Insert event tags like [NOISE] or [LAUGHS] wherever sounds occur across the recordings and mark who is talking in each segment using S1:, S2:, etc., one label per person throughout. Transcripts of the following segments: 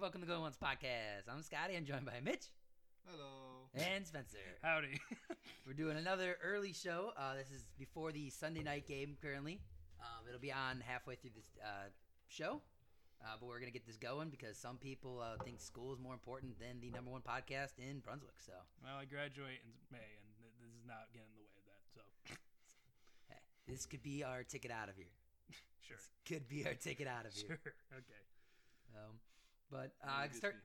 S1: Welcome to Going Once Podcast. I'm Scotty. I'm joined by Mitch
S2: Hello.
S1: and Spencer.
S3: [LAUGHS] Howdy.
S1: [LAUGHS] We're doing another early show. Uh, this is before the Sunday night game currently. Um, it'll be on halfway through this uh, show, uh, but we're gonna get this going because some people uh, think school is more important than the number one podcast in Brunswick. So
S3: well, I graduate in May, and th- this is not getting in the way of that. So,
S1: hey, this could be our ticket out of here.
S3: [LAUGHS] sure,
S1: Could be our ticket out of here.
S3: sure, [LAUGHS]
S1: [LAUGHS]
S3: okay.
S1: Um, but uh, start.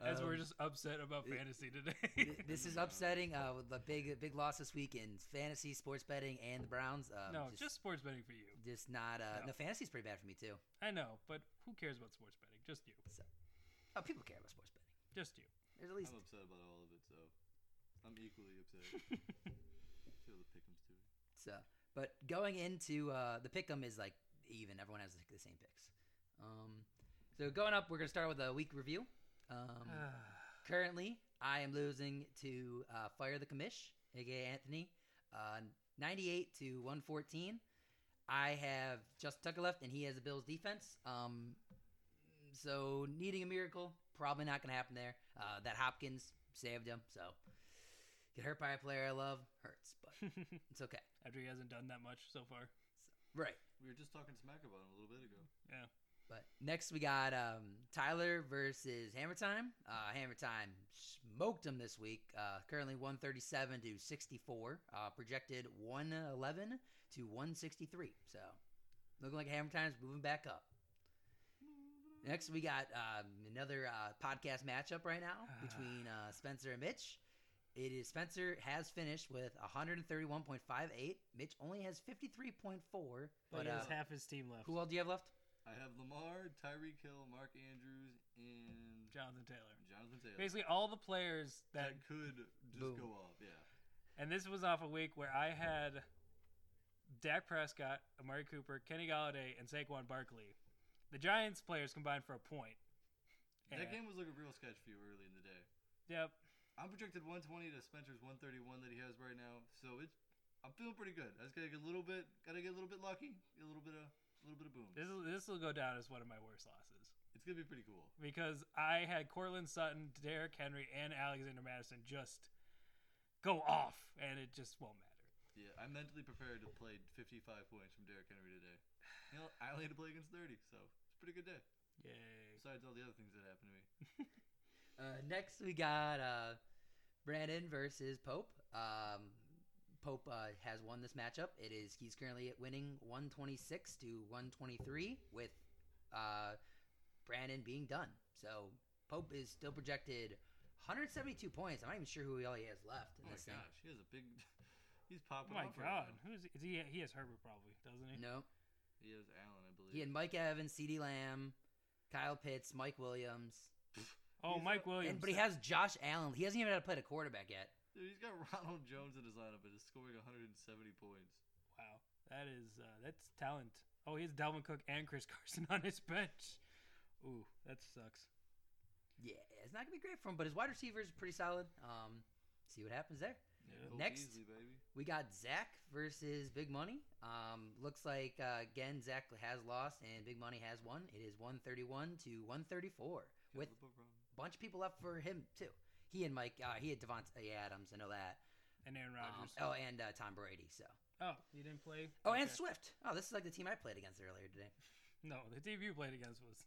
S3: As we're just upset about fantasy [LAUGHS] today.
S1: Um, This is upsetting. Uh, with the big big loss this week in fantasy, sports betting, and the Browns. Um,
S3: no,
S1: just,
S3: just sports betting for you.
S1: just not. Uh, No, fantasy's pretty bad for me too.
S3: I know, but who cares about sports betting? Just you,
S1: Oh, people care about sports betting.
S3: just you.
S1: There's at least
S2: I'm upset about all of it, so I'm equally upset.
S3: [LAUGHS]
S2: Feel the pickums too.
S1: So, but going into uh, the pick'em is like even. Everyone has the same picks. Um, so going up, we're gonna start with a week review.
S3: Ah.
S1: Um, currently, I am losing to uh, Fire the Commish, aka Anthony, uh, 98 to 114. I have Justin Tucker left, and he has the Bills defense. Um, so needing a miracle, probably not gonna happen there. Uh, that Hopkins saved him, so get hurt by a player I love hurts, but it's okay.
S3: [LAUGHS] After he hasn't done that much so far.
S1: Right.
S2: We were just talking smack about him a little bit ago.
S3: Yeah.
S1: But next we got um, Tyler versus Hammer Time. Uh, Hammer Time smoked him this week. Uh, currently 137 to 64. Uh, projected 111 to 163. So looking like Hammer Time's moving back up. Next we got um, another uh, podcast matchup right now
S3: Ah.
S1: between uh, Spencer and Mitch. It is Spencer has finished with 131.58. Mitch only has 53.4.
S3: But
S1: But
S3: he has
S1: uh,
S3: half his team left.
S1: who all do you have left?
S2: I have Lamar, Tyreek Hill, Mark Andrews, and
S3: Jonathan Taylor.
S2: Jonathan Taylor.
S3: Basically, all the players
S2: that
S3: that,
S2: could just
S1: Boom.
S2: go off. Yeah.
S3: and this was off a week where I had Dak Prescott, Amari Cooper, Kenny Galladay, and Saquon Barkley. The Giants players combined for a point.
S2: That
S3: Yeah.
S2: game was like a real sketch for you early in the day.
S3: Yep.
S2: I'm projected 120 to Spencer's 131 that he has right now, so it's I'm feeling pretty good. I just gotta get a little bit, gotta get a little bit lucky, get a little bit of, a little bit of boom.
S3: This is this will go down as one of my worst losses
S2: It's gonna be pretty cool.
S3: because I had Cortland Sutton, Derrick Henry, and Alexander Madison just go off, and it just won't matter.
S2: Yeah, I'm mentally prepared to play 55 points from Derrick Henry today. You know, I only had to play against 30, so it's a pretty good day.
S3: Yay!
S2: Besides all the other things that happened to me.
S1: Uh, next, we got uh, Brandon versus Pope. Um, Pope uh, has won this matchup. It is he's currently at winning 126 to 123 with uh, Brandon being done. So Pope is still projected 172 points. I'm not even sure who all he has left in
S2: Oh my
S1: this thing.
S2: gosh, he has a big. [LAUGHS] He's popping
S3: Oh my
S2: off right
S3: God,
S2: now.
S3: who's is he? He has Herbert probably, doesn't he?
S1: No,
S2: He has Allen, I believe.
S1: he had Mike Evans, C.D. Lamb, Kyle Pitts, Mike Williams,
S3: Oh,
S2: He's
S3: Mike
S2: a-
S1: and
S3: Williams.
S1: but he has Josh Allen. He hasn't even had to play a quarterback yet.
S2: Dude, he's got [LAUGHS] Ronald Jones in his lineup and is scoring 170 points.
S3: wow, that is uh, that's talent. Oh, he has Dalvin Cook and Chris Carson [LAUGHS] on his bench. Ooh, that sucks.
S1: Yeah, it's not gonna be great for him, but his wide receiver is pretty solid. Um, see what happens there.
S2: Cole
S1: Next.
S2: Beasley, baby.
S1: We got Zach versus Big Money. Um, looks like uh, again Zach has lost and Big Money has won. It is one thirty-one to one thirty-four with
S2: Philip O'Brien.
S1: a bunch of people left for him too. He and Mike, uh, he had Devontae Adams, I know that.
S3: And Aaron
S1: Um,
S3: Rodgers.
S1: oh, and uh, Tom Brady. So.
S3: oh, he didn't play.
S1: Oh, and
S3: Okay.
S1: Swift. Oh, this is like the team I played against earlier today.
S3: no, the team you played against was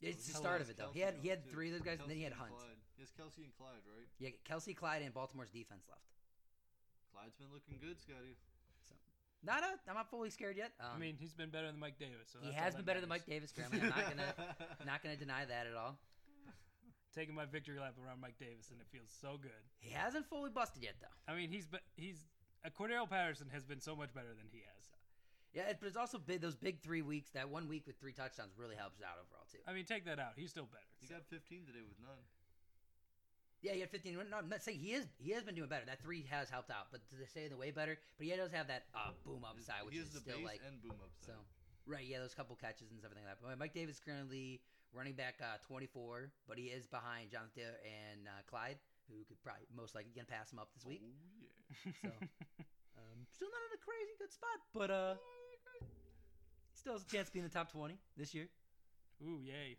S1: It's the
S2: Hell,
S1: start of
S2: has
S1: it though. He
S2: Kelsey
S1: had
S2: on
S1: he
S2: too.
S1: had three of those guys, and then he had
S2: Kelsey
S1: Hunt.
S2: Clyde. He has Kelsey and Clyde, right?
S1: Yeah, Kelsey, Clyde, and Baltimore's defense left.
S2: Clyde's been looking good, Scotty.
S1: So, not a, I'm not fully scared yet. Um,
S3: I mean, he's been better than Mike Davis. So
S1: He has
S3: that's all
S1: been better
S3: that
S1: than
S3: matters.
S1: Mike Davis currently. I'm not
S2: [LAUGHS]
S1: gonna not gonna deny that at all.
S3: Taking my victory lap around Mike Davis, and it feels so good.
S1: He hasn't fully busted yet though.
S3: I mean, he's been he's uh, Cordero Patterson has been so much better than he has.
S1: Yeah, it, but it's also been those big three weeks. That one week with three touchdowns really helps out overall too.
S3: I mean, take that out, he's still better.
S2: He
S3: [LAUGHS]
S2: got 15 today with none.
S1: Yeah, he had 15. No, I'm not saying he is. He has been doing better. That three has helped out, but to say the way better. But he does have that uh, boom upside, which
S2: he
S1: is
S2: has the
S1: still
S2: base
S1: like
S2: and boom
S1: so.
S2: upside.
S1: Right, yeah, those couple catches and everything like that. But Mike Davis currently running back uh, 24, but he is behind Jonathan Taylor and uh, Clyde, who could probably most likely gonna pass him up this
S2: oh
S1: week.
S2: yeah.
S1: So, um, still not in a crazy good spot, but uh, still has a chance to be in the top 20 this year.
S3: Ooh, yay!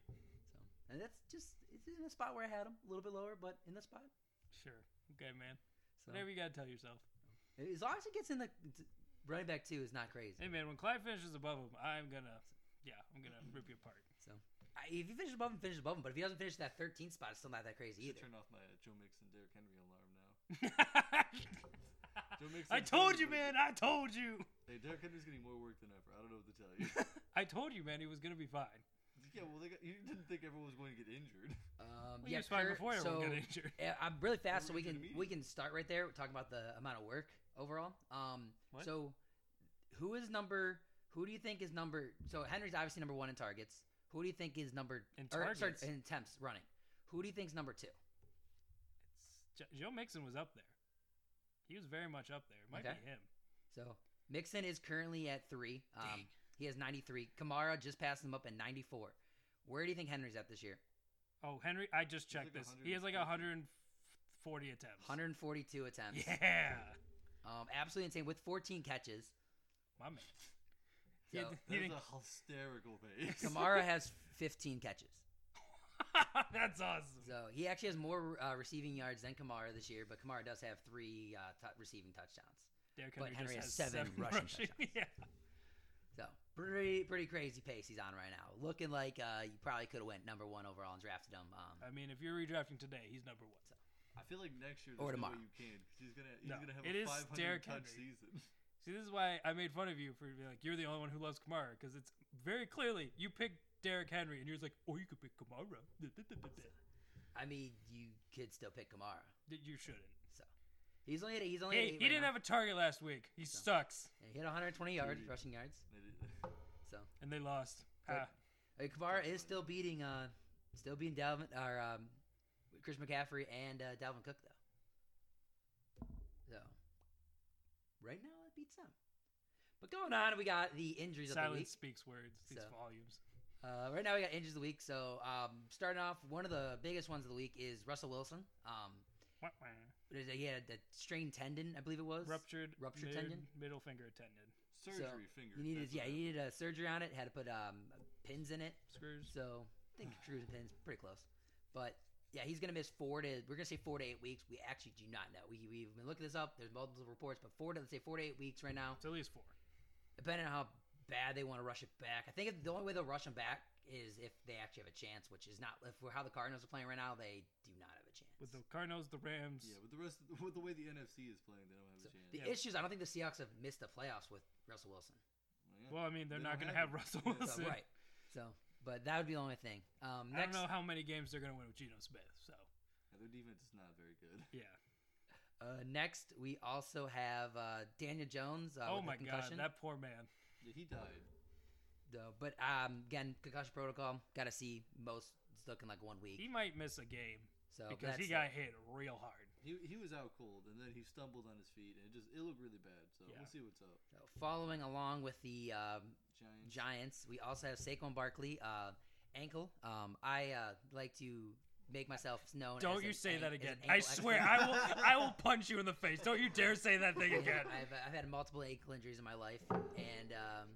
S1: And that's just it's in a spot where I had him, a little bit lower, but in the spot.
S3: Sure. Okay, man.
S1: So
S3: Whatever you gotta tell yourself.
S1: as long as it gets in the running back two is not crazy.
S3: Hey, man. When Clyde finishes above him, I'm gonna, yeah, I'm
S1: [LAUGHS]
S3: gonna rip you apart.
S1: I- If he finishes above him, finishes above him. But if he doesn't finish that 13th spot, it's still not that crazy
S2: Should
S1: either.
S2: turn off my uh, Joe Mixon, Derrick Henry alarm now.
S3: [LAUGHS]
S2: Joe
S3: I
S2: Mixon's
S3: told
S2: playing
S3: you,
S2: pretty
S3: man. I told you.
S2: good. Hey, Derrick Henry's getting more work than ever. I don't know what to
S3: [LAUGHS]
S2: tell you. [LAUGHS]
S3: I told you, man. He was gonna be fine.
S2: yeah, well, they got, you didn't think everyone was going to get
S3: [LAUGHS]
S2: injured.
S1: Um,
S3: Well,
S1: yeah,
S3: he was fine
S1: Kurt,
S3: before everyone
S1: so
S3: got injured.
S1: uh, I'm really fast, so we
S2: We're into
S1: can
S2: the
S1: we can start right there. We're talking about the amount of work overall. Um,
S3: What?
S1: so who is number? Who do you think is number? So Henry's obviously number one in targets. Who do you think is number?
S3: In
S1: or, sorry,
S3: targets?
S1: in attempts running. Who do you think's number two?
S3: Jo- Joe Mixon was up there. He was very much up there. It might
S1: Okay.
S3: be him.
S1: So Mixon is currently at three. Um,
S3: Dang.
S1: he has 93. Kamara just passed him up at 94. Where do you think Henry's at this year?
S3: Oh, Henry, I just
S2: He has
S3: checked
S2: like
S3: this. He has like 140 attempts. [LAUGHS]
S1: 142 attempts.
S3: Yeah,
S1: Um, absolutely insane with 14 catches.
S3: my man. [LAUGHS] He
S1: So
S3: had- he
S2: That's
S3: didn't-
S2: a hysterical pace.
S1: Kamara has 15 catches.
S3: That's awesome.
S1: So he actually has more uh, receiving yards than Kamara this year, but Kamara does have three uh, t- receiving touchdowns.
S3: Derrick
S1: but Henry
S3: just
S1: has seven rushing touchdowns.
S3: [LAUGHS] yeah,
S1: So pretty pretty crazy pace he's on right now. Looking like uh, you probably could have went number one overall and drafted him. Um,
S3: I mean, if you're redrafting today, he's number one.
S2: [LAUGHS] I feel like next year
S1: Or
S2: there's no way
S1: tomorrow.
S2: you can 'cause he's gonna he's
S3: No,
S2: gonna have
S3: it
S2: a
S3: is
S2: 500
S3: Derrick
S2: touch
S3: Henry.
S2: season.
S3: [LAUGHS]
S2: [LAUGHS]
S3: See, this is why I made fun of you for being like you're the only one who loves Kamara because it's very clearly you picked Derrick Henry and you're just like, oh, you could pick Kamara.
S1: I mean, you could still pick Kamara.
S3: you shouldn't.
S1: He's only at, he's only at
S3: Hey,
S1: eight
S3: he
S1: right
S3: didn't
S1: now.
S3: have a target last week. He
S1: So.
S3: sucks,
S1: And he had 120 yards
S2: Dude.
S1: rushing yards. So
S3: and they lost.
S1: But-
S3: Ah,
S1: uh, Kamara is still beating uh, still beating Dalvin or um, Chris McCaffrey and uh, Dalvin Cook though. So right now it beats them. But going on, we got the injuries of the week.
S3: silence speaks words. These
S1: So.
S3: volumes.
S1: Uh, right now we got injuries of the week. So um, starting off, one of the biggest ones of the week is Russell Wilson. Um,
S3: Wah, wah.
S1: what is it? he had a strained tendon, I believe it was.
S3: ruptured,
S1: Ruptured
S3: mid-
S1: tendon?
S3: middle finger tendon
S2: Surgery finger.
S1: He needed,
S2: that's
S1: yeah,
S2: what
S1: he needed a surgery on it. Had to put um, pins in it.
S3: screws.
S1: So I think screws and pins, pretty close. But yeah, he's gonna miss four to we're gonna say four to eight weeks. We actually do not know. We we've been looking this up. There's multiple reports, but four to let's say four to eight weeks right now,
S3: It's at least four.
S1: depending on how bad they want to rush it back. I think if, the only way they'll rush him back is if they actually have a chance, which is not if we're how the Cardinals are playing right now. They do not have a chance.
S3: With the Cardinals, the Rams.
S2: Yeah, with the rest, of the, with the way the NFC is playing, they don't have
S3: [LAUGHS]
S1: So,
S2: a chance.
S1: the
S3: Yeah.
S1: issues, I don't think the Seahawks have missed the playoffs with Russell
S3: [LAUGHS]
S1: Wilson.
S2: yeah.
S3: Well, I mean, they're
S2: They
S3: not
S2: don't
S3: going to
S2: have him.
S3: have Russell
S2: Yeah,
S1: So
S2: so,
S3: Wilson.
S1: right, so but that would be the only thing. Um,
S3: I
S1: next,
S3: don't know how many games they're going to win with Geno Smith. So
S2: Yeah, their defense is not very good. [LAUGHS]
S3: yeah.
S1: Uh, next, we also have uh, Daniel Jones. Uh,
S3: oh
S1: with
S3: my
S1: a concussion.
S3: God, that poor man.
S2: Yeah, he died.
S1: Though, but um, again, concussion protocol. Got to see most. It's looking like one week.
S3: He might miss a game
S1: So
S3: because he
S1: Oh, that's-
S3: got hit real hard.
S2: He he was out cold, and then he stumbled on his feet, and it just it looked really bad. So
S3: Yeah.
S2: we'll see what's up.
S1: so following along with the um,
S2: Giants.
S1: Giants, we also have Saquon Barkley uh, ankle. Um, I uh, like to make myself known.
S3: Don't
S1: as
S3: you
S1: an
S3: say
S1: an-
S3: that
S1: as an
S3: again.
S1: ankle
S3: I
S1: [LAUGHS]
S3: swear, I will. I will punch you in the face. Don't you dare say that thing again.
S1: I've, I've had multiple ankle injuries in my life, and um,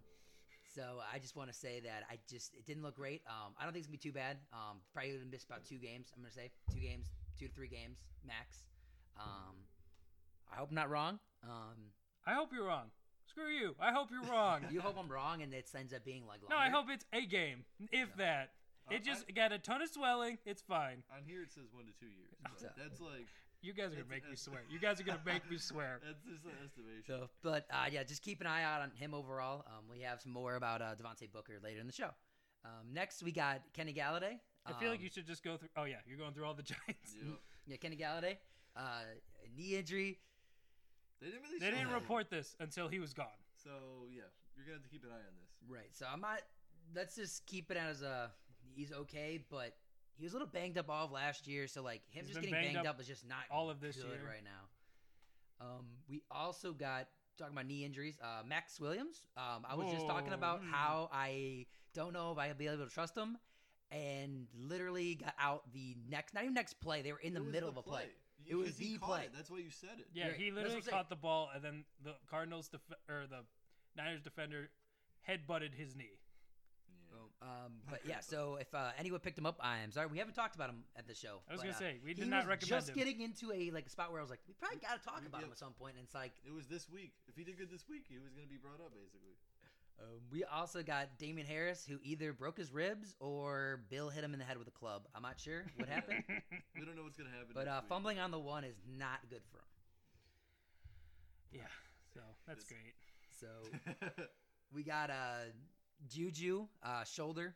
S1: so I just want to say that I just it didn't look great. Um, I don't think it's gonna be too bad. Um, probably gonna miss about two games. I'm gonna say two games, two to three games max. Um, I hope I'm not wrong. Um,
S3: I hope you're wrong. Screw you. I hope you're wrong.
S1: you hope I'm wrong, and it ends up being like
S3: No, I
S1: longer.
S3: hope it's a game, if
S1: No.
S3: that.
S2: Uh,
S3: It just got a ton of swelling. It's fine.
S2: I, on here it says one to two years. but
S1: So-
S2: that's like
S3: You guys are gonna
S2: It's-
S3: make me
S2: it's-
S3: swear. You guys
S2: [LAUGHS]
S3: are gonna make me swear.
S2: that's just an estimation.
S1: So, but uh, yeah, just keep an eye out on him overall. Um, we have some more about uh, Devontae Booker later in the show. Um, next, we got Kenny Galladay.
S3: I feel like
S1: Um,
S3: you should just go through. Oh yeah, you're going through all the [LAUGHS] Giants.
S2: Yeah.
S1: Yeah, Kenny Galladay, uh, knee injury.
S2: They didn't really.
S3: They
S2: show
S3: didn't
S2: that.
S3: report this until he was gone.
S2: So yeah, you're gonna have to keep an eye on this.
S1: Right. So I'm not. Let's just keep it as a he's okay, but he was a little banged up all of last year. So like him
S3: He's
S1: just
S3: been
S1: getting
S3: banged
S1: banged,
S3: up
S1: up, is just not
S3: all of this
S1: good
S3: year.
S1: right now. Um, we also got talking about knee injuries. Uh, Max Williams. Um, I was
S3: Oh,
S1: just talking about
S3: Whoa.
S1: how I don't know if I'll be able to trust him, and literally got out the next, not even next play. They were in the
S2: It was
S1: middle of a play.
S2: You-
S1: It was
S2: 'cause he
S1: the
S2: caught
S1: play.
S2: it. That's why you said it.
S3: Yeah,
S1: Right,
S3: he
S1: that's what
S3: literally
S1: I'm saying.
S3: caught the ball, and then the Cardinals def- or the Niners defender headbutted his knee.
S2: Yeah.
S1: Boom. Um, but yeah, so if uh, anyone picked him up, I am sorry we haven't talked about him at the show.
S3: I was
S1: but,
S3: gonna
S1: uh,
S3: say we
S1: he
S3: did not
S1: was
S3: recommend
S1: just
S3: him. [LAUGHS]
S1: getting into a like spot where I was like, we probably got to talk
S2: We-
S1: about him
S2: yep.
S1: at some point, and it's like
S2: It was this week. If he did good this week, he was going to be brought up basically.
S1: um, we also got Damian Harris, who either broke his ribs or Bill hit him in the head with a club. I'm not sure what
S3: [LAUGHS]
S1: happened,
S2: We don't know what's going to happen.
S1: but
S2: next
S1: uh,
S2: week.
S1: fumbling on the one is not good for him.
S3: yeah, so that's
S2: This-
S3: great.
S1: So We got uh Juju uh shoulder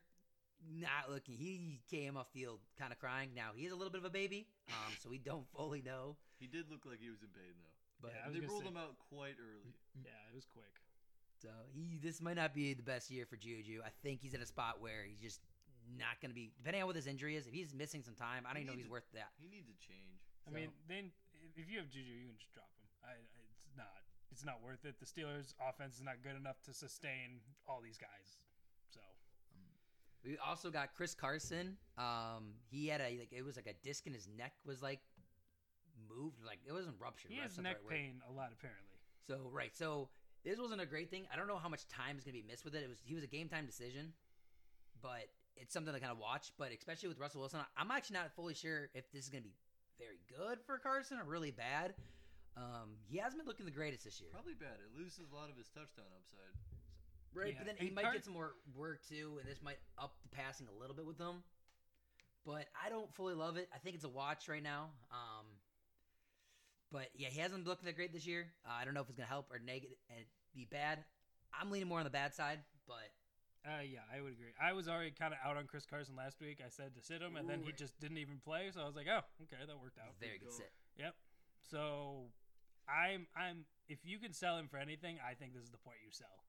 S1: not looking. He came off field kind of crying. Now he is a little bit of a baby, um, so we don't fully know.
S2: [LAUGHS] he did look like he was in pain though.
S1: But
S3: Yeah, I was
S2: they
S3: gonna
S2: ruled
S3: say-
S2: him out quite early.
S1: Mm.
S3: Yeah, it was quick.
S1: so he this might not be the best year for Juju. I think he's in a spot where he's just not going to be depending on what his injury is. If he's missing some time, I don't
S2: He
S1: even know if
S2: needs
S1: he's
S2: to-
S1: worth that.
S2: He needs to change.
S3: I mean, then if you have Juju, you can just drop him. I, I, it's not. It's not worth it. The Steelers' offense is not good enough to sustain all these guys. So
S1: We also got Chris Carson. Um, he had a like it was like a disc in his neck was like moved like it wasn't ruptured.
S3: he
S1: but
S3: has
S1: that's not the
S3: neck
S1: right word.
S3: pain a lot, apparently.
S1: So right, so this wasn't a great thing. I don't know how much time is going to be missed with it. It was he was a game time decision, but it's something to kind of watch. But especially with Russell Wilson, I'm actually not fully sure if this is going to be very good for Carson or really bad. Um, he hasn't been looking the greatest this year,
S2: Probably bad. It loses a lot of his touchdown upside.
S1: right?
S3: Yeah.
S1: But then he
S3: And
S1: might
S3: Car-
S1: get some more work too, and this might up the passing a little bit with him. But I don't fully love it. I think it's a watch right now. Um, but yeah, he hasn't looked that great this year. Uh, I don't know if it's going to help or negative and be bad. I'm leaning more on the bad side, but
S3: Uh, yeah, I would agree. I was already kind of out on Chris Carson last week. I said to sit him, and then he
S1: Right.
S3: just didn't even play. So I was like, oh, okay, that worked out.
S1: it's a very good
S2: go.
S1: sit.
S3: Yep. So I'm I'm if you can sell him for anything, I think this is the point you sell.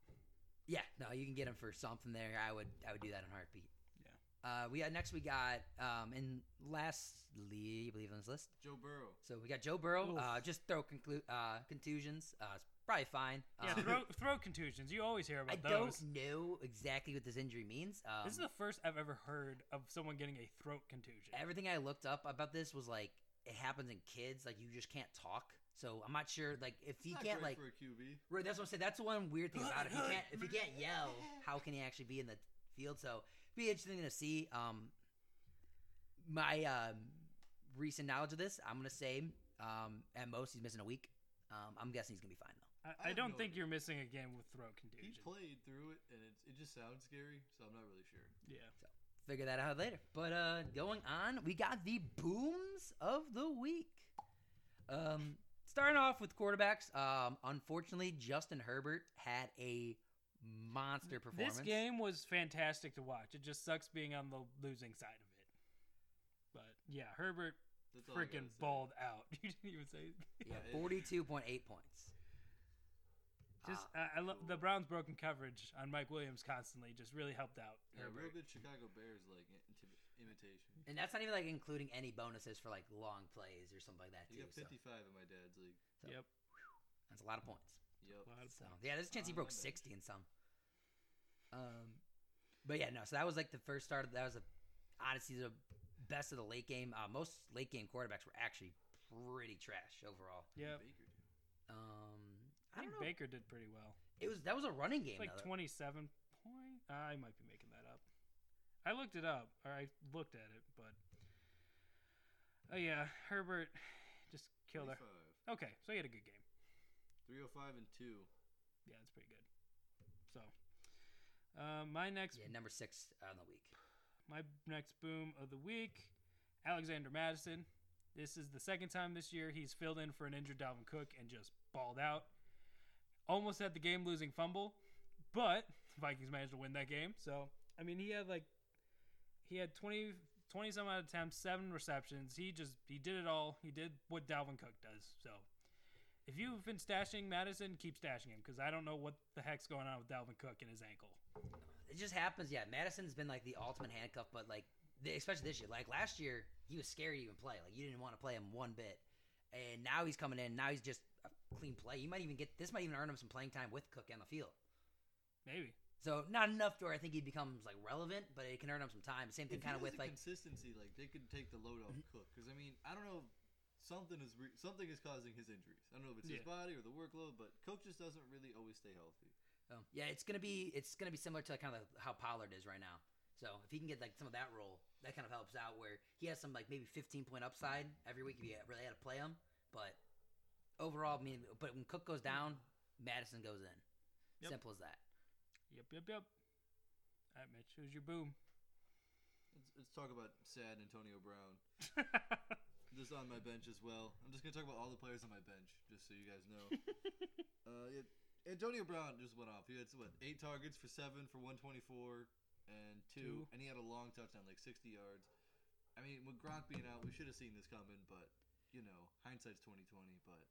S1: Yeah, no, you can get him for something there. I would, I would do that in a heartbeat.
S3: Yeah.
S1: Uh, we got next. We got um, and lastly, I believe on this list.
S2: Joe Burrow.
S1: So we got Joe Burrow.
S3: Oof.
S1: Uh, just throw conclu- uh, contusions. Uh, it's probably fine.
S3: Yeah,
S1: Um,
S3: throat throat contusions. You always hear
S1: I
S3: about
S1: don't
S3: those.
S1: know exactly what this injury means. Um,
S3: This is the first I've ever heard of someone getting a throat contusion.
S1: everything I looked up about this was like it happens in kids. Like you just can't talk. So I'm not sure. Like if he
S2: Not
S1: can't like
S2: great for a QB.
S1: Right, that's what I'm saying. That's the one weird thing about it. If he can't, if he
S2: [LAUGHS]
S1: can't yell, how can he actually be in the field? So, be interesting to see. Um, my um, recent knowledge of this, I'm gonna say, um, at most he's missing a week. Um, I'm guessing he's gonna be fine though.
S2: I
S3: I, I,
S2: have
S3: don't
S2: no
S3: think
S2: idea.
S3: you're missing a game with throat
S2: He
S3: contusion.
S2: played through it, and it, it just sounds scary. So I'm not really sure.
S3: yeah.
S1: Figure that out later. But uh, going on, we got the booms of the week. Um, starting off with quarterbacks. Um, unfortunately, Justin Herbert had a monster performance.
S3: This game was fantastic to watch. It just sucks being on the losing side of it. But yeah, Herbert
S2: That's all I gotta
S3: freaking
S2: say.
S3: balled out. [LAUGHS] You didn't even say.
S1: yeah,
S2: Yeah, it-
S1: forty-two point eight points.
S3: Ah. Just
S1: Uh,
S3: I, I love the Browns' broken coverage on Mike Williams constantly. Just really helped out
S2: Yeah, real
S3: Herbert.
S2: good Chicago Bears like inti- imitation.
S1: And that's not even like including any bonuses for like long plays or something like that
S2: He
S1: too.
S2: got
S1: So
S2: 55 in my dad's league.
S1: So-
S3: Yep.
S1: that's a lot of points.
S2: Yep.
S3: A lot of
S1: So
S3: points.
S1: yeah, there's a chance he
S2: On
S1: broke
S2: my bench.
S1: sixty in some. Um, but yeah, no. So that was like the first start. That was a honestly the best of the late game. Uh, most late game quarterbacks were actually pretty trash overall.
S3: Yep.
S2: Baker.
S1: Um, I
S3: I think
S1: don't know.
S3: Baker did pretty well.
S1: it was that was a running game.
S3: It's like
S1: though.
S3: 27 point. I might be making that up. I looked it up, or I looked at it, but oh yeah, Herbert just killed her.
S2: 25,
S3: Okay, so he had a good game.
S2: 305 and two.
S3: Yeah, that's pretty good. So uh, my next
S1: yeah, number six on the week.
S3: my next boom of the week, Alexander Madison. This is the second time this year he's filled in for an injured Dalvin Cook and just balled out. Almost had the game losing fumble, but the Vikings managed to win that game. So, I mean, he had like he had 20 20 some odd attempts, seven receptions. He just he did it all. He did what Dalvin Cook does. So, if you've been stashing Madison, keep stashing him because I don't know what the heck's going on with Dalvin Cook and his ankle.
S1: It just happens. Yeah, Madison's been like the ultimate handcuff, but like th- especially this year. Like last year, he was scary to even play. Like you didn't want to play him one bit, and now he's coming in. Now he's just a clean play. You might even get this might even earn him some playing time with Cook on the field.
S3: Maybe.
S1: So not enough to where I think he becomes like relevant, but it can earn him some time. Same thing
S2: If he
S1: kind of
S2: has
S1: with
S2: the
S1: like
S2: consistency, like they could take the load off Cook. Because I mean, I don't know. Something is re- something is causing his injuries. I don't know if it's
S3: Yeah.
S2: his body or the workload, but Cook just doesn't really always stay healthy.
S1: oh, um, yeah, it's gonna be it's gonna be similar to like, kind of how Pollard is right now. So if he can get like some of that role, that kind of helps out where he has some like maybe 15 point upside every week if you really had to play him. But overall, I mean, but when Cook goes down, Madison goes in.
S3: Yep.
S1: Simple as that.
S3: Yep, yep, yep. All right, Mitch, who's your
S1: [LAUGHS]
S3: boom?
S2: Let's, let's talk about sad Antonio Brown. Just on my bench as well. I'm just gonna talk about all the players on my bench, just so you guys
S3: [LAUGHS]
S2: know. uh, it, Antonio Brown just went off. He had what eight targets for seven for 124 and two,
S3: Two.
S2: and he had a long touchdown, like 60 yards. I mean, with Gronk being out, we should have seen this coming, but you know, hindsight's 2020. But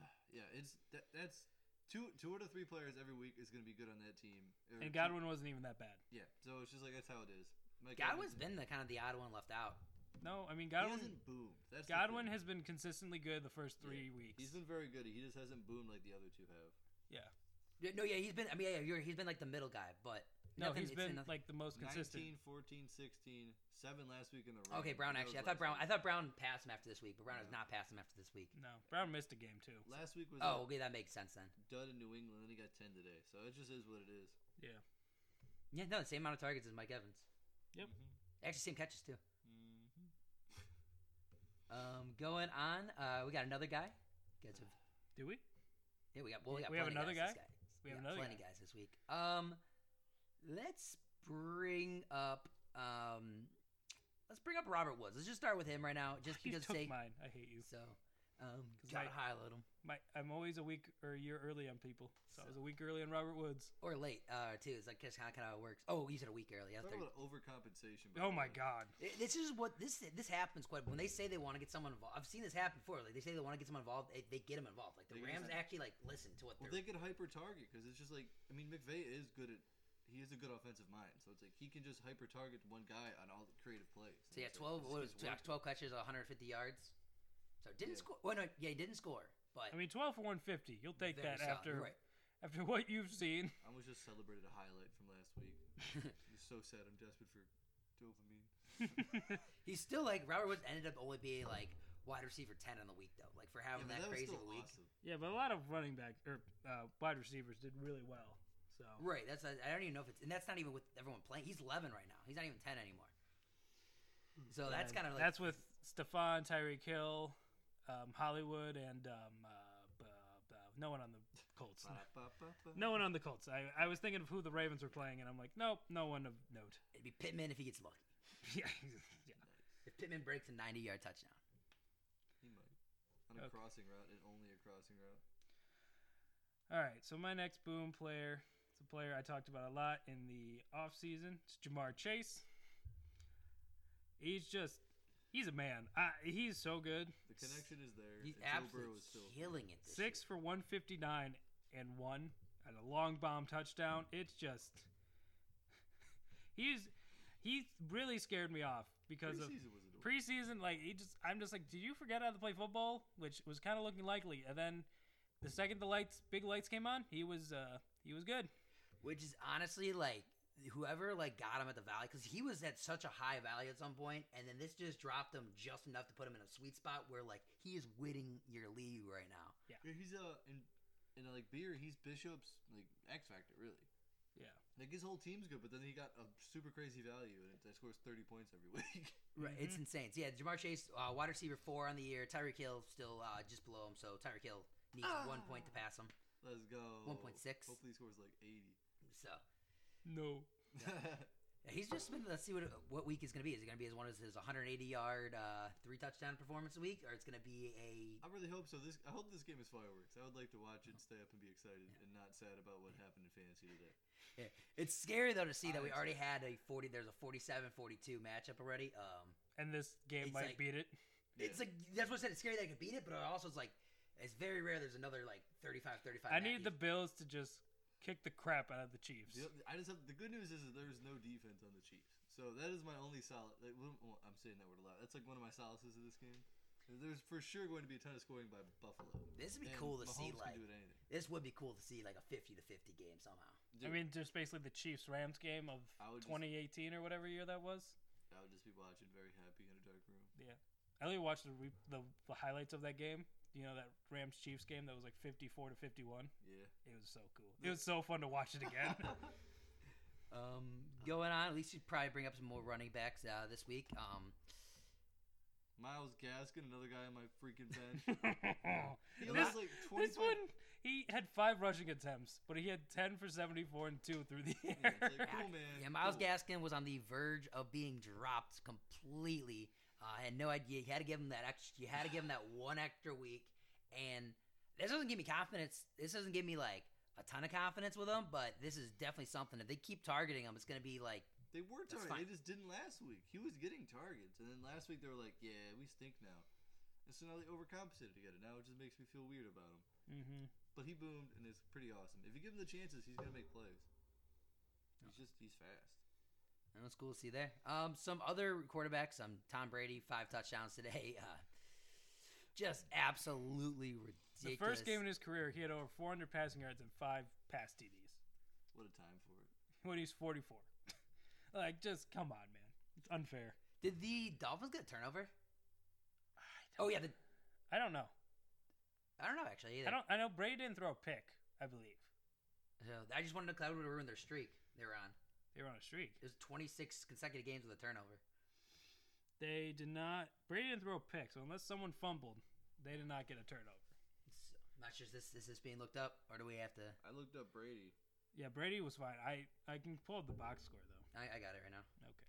S2: [SIGHS] yeah, it's that, that's two two out of three players every week is gonna be good on that team. or
S3: and
S2: two-
S3: Godwin wasn't even that bad.
S2: Yeah, so it's just like that's how it is. Mike
S1: Godwin's
S2: Evans-
S1: been the kind of the odd one left out.
S3: No, I mean
S2: He
S3: Godwin.
S2: hasn't boomed. That's the thing.
S3: Godwin has been consistently good the first
S2: Yeah,
S3: three weeks.
S2: He's been very good. He just hasn't boomed like the other two have.
S1: Yeah, No, yeah, he's been. I mean, yeah, you're, he's been like the middle guy, but
S3: no,
S1: nothing-
S3: he's
S1: it's been
S3: been
S1: nothing-
S3: like the most consistent.
S2: 19, 14, 16, 7 last week in the row.
S1: Okay, Brown.
S2: That
S1: Actually, I
S2: was
S1: thought
S2: last
S1: Brown. I
S2: week.
S1: thought Brown passed him after this week, but Brown has
S2: No.
S1: not passed him after this week.
S3: No, Brown missed a game too.
S2: Last week was
S1: Oh,
S2: oh.
S1: okay, that makes sense then.
S2: dud in New England, and he got 10 today. So it just is what it is.
S1: Yeah, no, the same amount of targets as Mike Evans.
S3: Yep.
S1: Actually, same catches too.
S2: Mm-hmm.
S1: Um, going on, uh, we got another guy. You guys have-
S3: Do we?
S1: yeah, we got. Well, we got
S3: We have
S1: plenty
S3: another
S1: guys
S3: guy?
S1: this guy.
S3: We have
S1: got
S3: another
S1: plenty guys this week. Um, let's bring up. Um, let's bring up Robert Woods. Let's just start with him right now, just
S3: [LAUGHS] you
S1: because
S3: took
S1: sake.
S3: mine. I hate you.
S1: So, um,
S3: 'Cause
S1: gotta
S3: I-
S1: highlight him
S3: My, I'm always a week or a year early on people, so, I was a week early on Robert Woods.
S1: or late uh, too. It's like kind of how it works. Oh, you said a week early. I
S2: Talk
S1: thought-
S2: about overcompensation. by
S3: Oh
S2: the
S3: my
S2: way.
S3: God.
S1: It- This is what this this happens quite when they say they want to get someone involved. I've seen this happen before. Like they say they want to get someone involved, eh, they, they get them involved. Like the
S2: They get
S1: Rams
S2: them-
S1: actually like listen to what
S2: Well,
S1: they're.
S2: they could hyper target because it's just like, I mean, McVay is good at. He is a good offensive mind, so it's like he can just hyper target one guy on all the creative plays.
S1: so yeah,
S2: It's like,
S1: twelve
S2: this
S1: what
S2: is
S1: was it,
S2: working.
S1: twelve catches, one hundred fifty yards. So didn't
S2: Yeah.
S1: score. Well, no, yeah, he didn't score, but
S3: I mean, 12 for 150. You'll take
S1: very
S3: that
S1: solid.
S3: after
S1: You're right. [LAUGHS]
S3: after what you've seen. [LAUGHS]
S2: I was just celebrated a highlight from last week. It's so sad. I'm desperate for dopamine.
S1: He's still like Robert Woods ended up only being like wide receiver ten on the week though. Like for having
S2: but
S1: that,
S2: was
S1: crazy of
S2: still
S1: a week.
S2: awesome.
S3: yeah, but a lot of running back or uh, wide receivers did really well. So
S1: Right. That's I I don't even know if it's and that's not even with everyone playing. He's eleven right now. He's not even ten anymore.
S2: Hmm.
S1: So that's
S3: And
S1: kind of like
S3: that's with Stefan, Tyreek Hill, um, Hollywood, and um, uh, b- b- no one on the Colts.
S2: Ba-ba-ba-ba.
S3: No one on the Colts. I, I was thinking of who the Ravens were playing, and I'm like, nope, no one of note. [LAUGHS]
S1: it'd be Pittman if he gets lucky.
S3: yeah, [LAUGHS] yeah.
S1: If Pittman breaks a ninety yard touchdown.
S2: He might. On a
S3: Okay.
S2: crossing route and only a crossing route.
S3: All right, so my next boom player, it's a player I talked about a lot in the offseason. It's Jamar Chase. He's just, he's a man. I, he's so good.
S2: The connection is there.
S1: He's
S2: and Joe Burrow
S1: absolutely
S2: is still
S1: killing it. This
S3: Six for 159 and one, and a long bomb touchdown. It's just, [LAUGHS] he's, he really scared me off because of
S2: Preseason was adorable.
S3: preseason, like he just, I'm just like, did you forget how to play football? Which was kind of looking likely. And then the second the lights, big lights came on, he was, uh, he was good.
S1: year. which is honestly like whoever like got him at the valley because he was at such a high valley at some point, and then this just dropped him just enough to put him in a sweet spot where like he is winning your league right now.
S2: Yeah, he's uh in in like beer, he's Bishop's like X Factor, really.
S3: Yeah.
S2: Like his whole team's good, but then he got a super crazy value and it scores thirty points every [LAUGHS] week.
S1: Right, it's insane. So, yeah, Jamar Chase, uh, wide receiver four on the year. Tyreek Hill still uh, just below him, so Tyreek Hill needs one point to pass him.
S2: Let's go.
S1: 1.6.
S2: Hopefully he scores like eighty.
S1: So
S3: No.
S1: yeah, he's just been. Let's see what what week is going to be. Is it going to be as one as his 180 yard, uh, three touchdown performance a week, or it's going to be a
S2: [LAUGHS] I really hope so. This I hope this game is fireworks. I would like to watch it, stay up and be excited, and not sad about what happened in fantasy today.
S1: Yeah. It's scary though to see that we already
S2: Honestly.
S1: had a 40 there's a 47-42 matchup already. Um
S3: and this
S1: It's
S3: game
S1: like-
S3: might beat it.
S1: it's like that's what I said it's scary that I could beat it, but it also it's like it's very rare there's another like 35-35.
S3: I need the Bills to just kick the crap out of the Chiefs.
S2: The, I just have, the good news is that there is no defense on the Chiefs, so that is my only solid. Like, well, well, I'm saying that word a lot. That's like one of my solaces of this game. There's for sure going to be a ton of scoring by Buffalo.
S1: This would be
S2: And
S1: cool to
S2: Mahomes
S1: see
S2: can
S1: like
S2: do it anything.
S1: this would be cool to see like a 50 to 50 game somehow.
S2: Dude,
S3: I mean, just basically the Chiefs Rams game of
S2: I would just-
S3: 2018 or whatever year that was.
S2: I would just be watching very happy in a dark room.
S3: I only watched the, re- the the highlights of that game. You know that Rams Chiefs game that was like 54 to 51.
S1: [LAUGHS]
S2: Yeah.
S3: It was so cool. It was so fun to watch it again.
S2: I
S1: Um going on. At least you'd probably bring up some more running backs uh, this week. Um,
S2: [LAUGHS] Miles Gaskin, another guy on my freaking
S1: [LAUGHS]
S2: bench. He
S3: this,
S2: was like
S3: [LAUGHS] this
S2: 25
S3: one, he had five rushing attempts, but he had 10 for 74 and two through the
S2: Yeah,
S3: air. [LAUGHS]
S2: it's like,
S1: [LAUGHS]
S2: cool, man.
S1: yeah, Miles
S2: cool.
S1: Gaskin was on the verge of being dropped completely. Uh, I had no idea. You had to give him that. Ex- you had to give him that one extra week, and this doesn't give me confidence. This doesn't give me like a ton of confidence with him. But this is definitely something. If they keep targeting him, it's gonna be like
S2: They were
S1: That's
S2: targeted.
S1: fine.
S2: They just didn't last week. He was getting targets, and then last week they were like, "Yeah, we stink now," and so now they overcompensated again. And now it just makes me feel weird about him.
S3: hmm
S2: But he boomed, and it's pretty awesome. If you give him the chances, he's gonna make plays. He's just he's fast.
S1: I know it's cool to see there. Um, some other quarterbacks. Um, Tom Brady, five touchdowns today. [LAUGHS] Uh, just absolutely ridiculous.
S3: The first game in his career, he had over 400 passing yards and five pass TDs
S2: What a time for it.
S3: when he's 44. [LAUGHS] like, just come on, man. It's unfair.
S1: Did the Dolphins get a turnover? Oh yeah, the,
S3: I don't know.
S1: I don't know actually either.
S3: I don't. I know Brady didn't throw a pick. I believe
S1: So I just wanted to that would ruin their streak they were on.
S3: they were on a streak.
S1: It was 26 consecutive games with a turnover.
S3: They did not. Brady didn't throw a pick, so unless someone fumbled, they did not get a turnover.
S1: It's, I'm not sure if this, this is being looked up or do we have to?
S2: I looked up Brady.
S3: Yeah, Brady was fine. I I can pull up the box score though.
S1: I, I got it right now.
S3: Okay,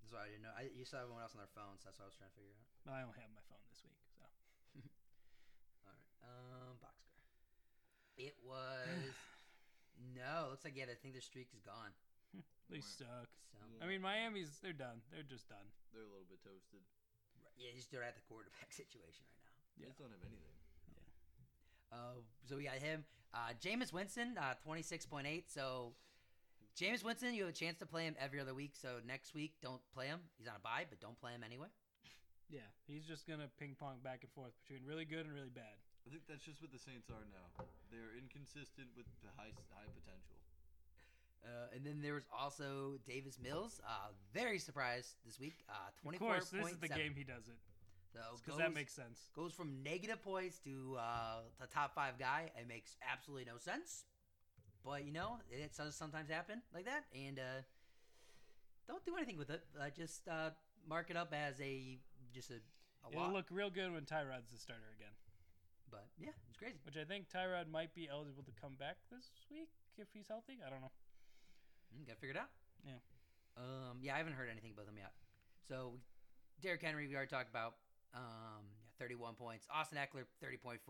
S1: That's why I didn't know. I, you saw everyone else on their phones. That's what I was trying to figure out.
S3: but I don't have my phone this week, so
S1: All right. Um, box score. It was [SIGHS] no. Looks like yeah. I think their streak is gone.
S3: they
S2: Wow.
S3: suck.
S1: So
S2: Yeah.
S3: I mean, Miami's they're done. They're just done.
S2: They're a little bit toasted.
S1: yeah, just they're at the quarterback [LAUGHS] situation right now.
S2: They just don't have anything.
S1: Uh, so we got him. Uh, Jameis Winston, uh, 26.8. So, Jameis Winston, you have a chance to play him every other week. So, next week, don't play him. He's on a bye, but don't play him anyway.
S3: Yeah, he's just gonna ping pong back and forth between really good and really bad.
S2: I think that's just what the Saints are now. They're inconsistent with the high high potential.
S1: Uh, and then there was also Davis Mills. Uh, very surprised this week. Uh, 24.7.
S3: Of course, this is the game he does it
S1: So, Oh, goes,
S3: because that makes sense.
S1: goes from negative points to uh, the top five guy. It makes absolutely no sense. But, you know, it does sometimes happen like that. And uh, don't do anything with it. Uh, just uh, mark it up as a just a, a
S3: It'll
S1: lot.
S3: look real good when Tyrod's the starter again,
S1: but, yeah, it's crazy.
S3: which I think Tyrod might be eligible to come back this week if he's healthy. I don't know.
S1: Mm, got figured out.
S3: Yeah.
S1: Um, yeah, I haven't heard anything about them yet. So, Derrick Henry, we already talked about. Um, yeah, 31 points. Austin Eckler, 30.4.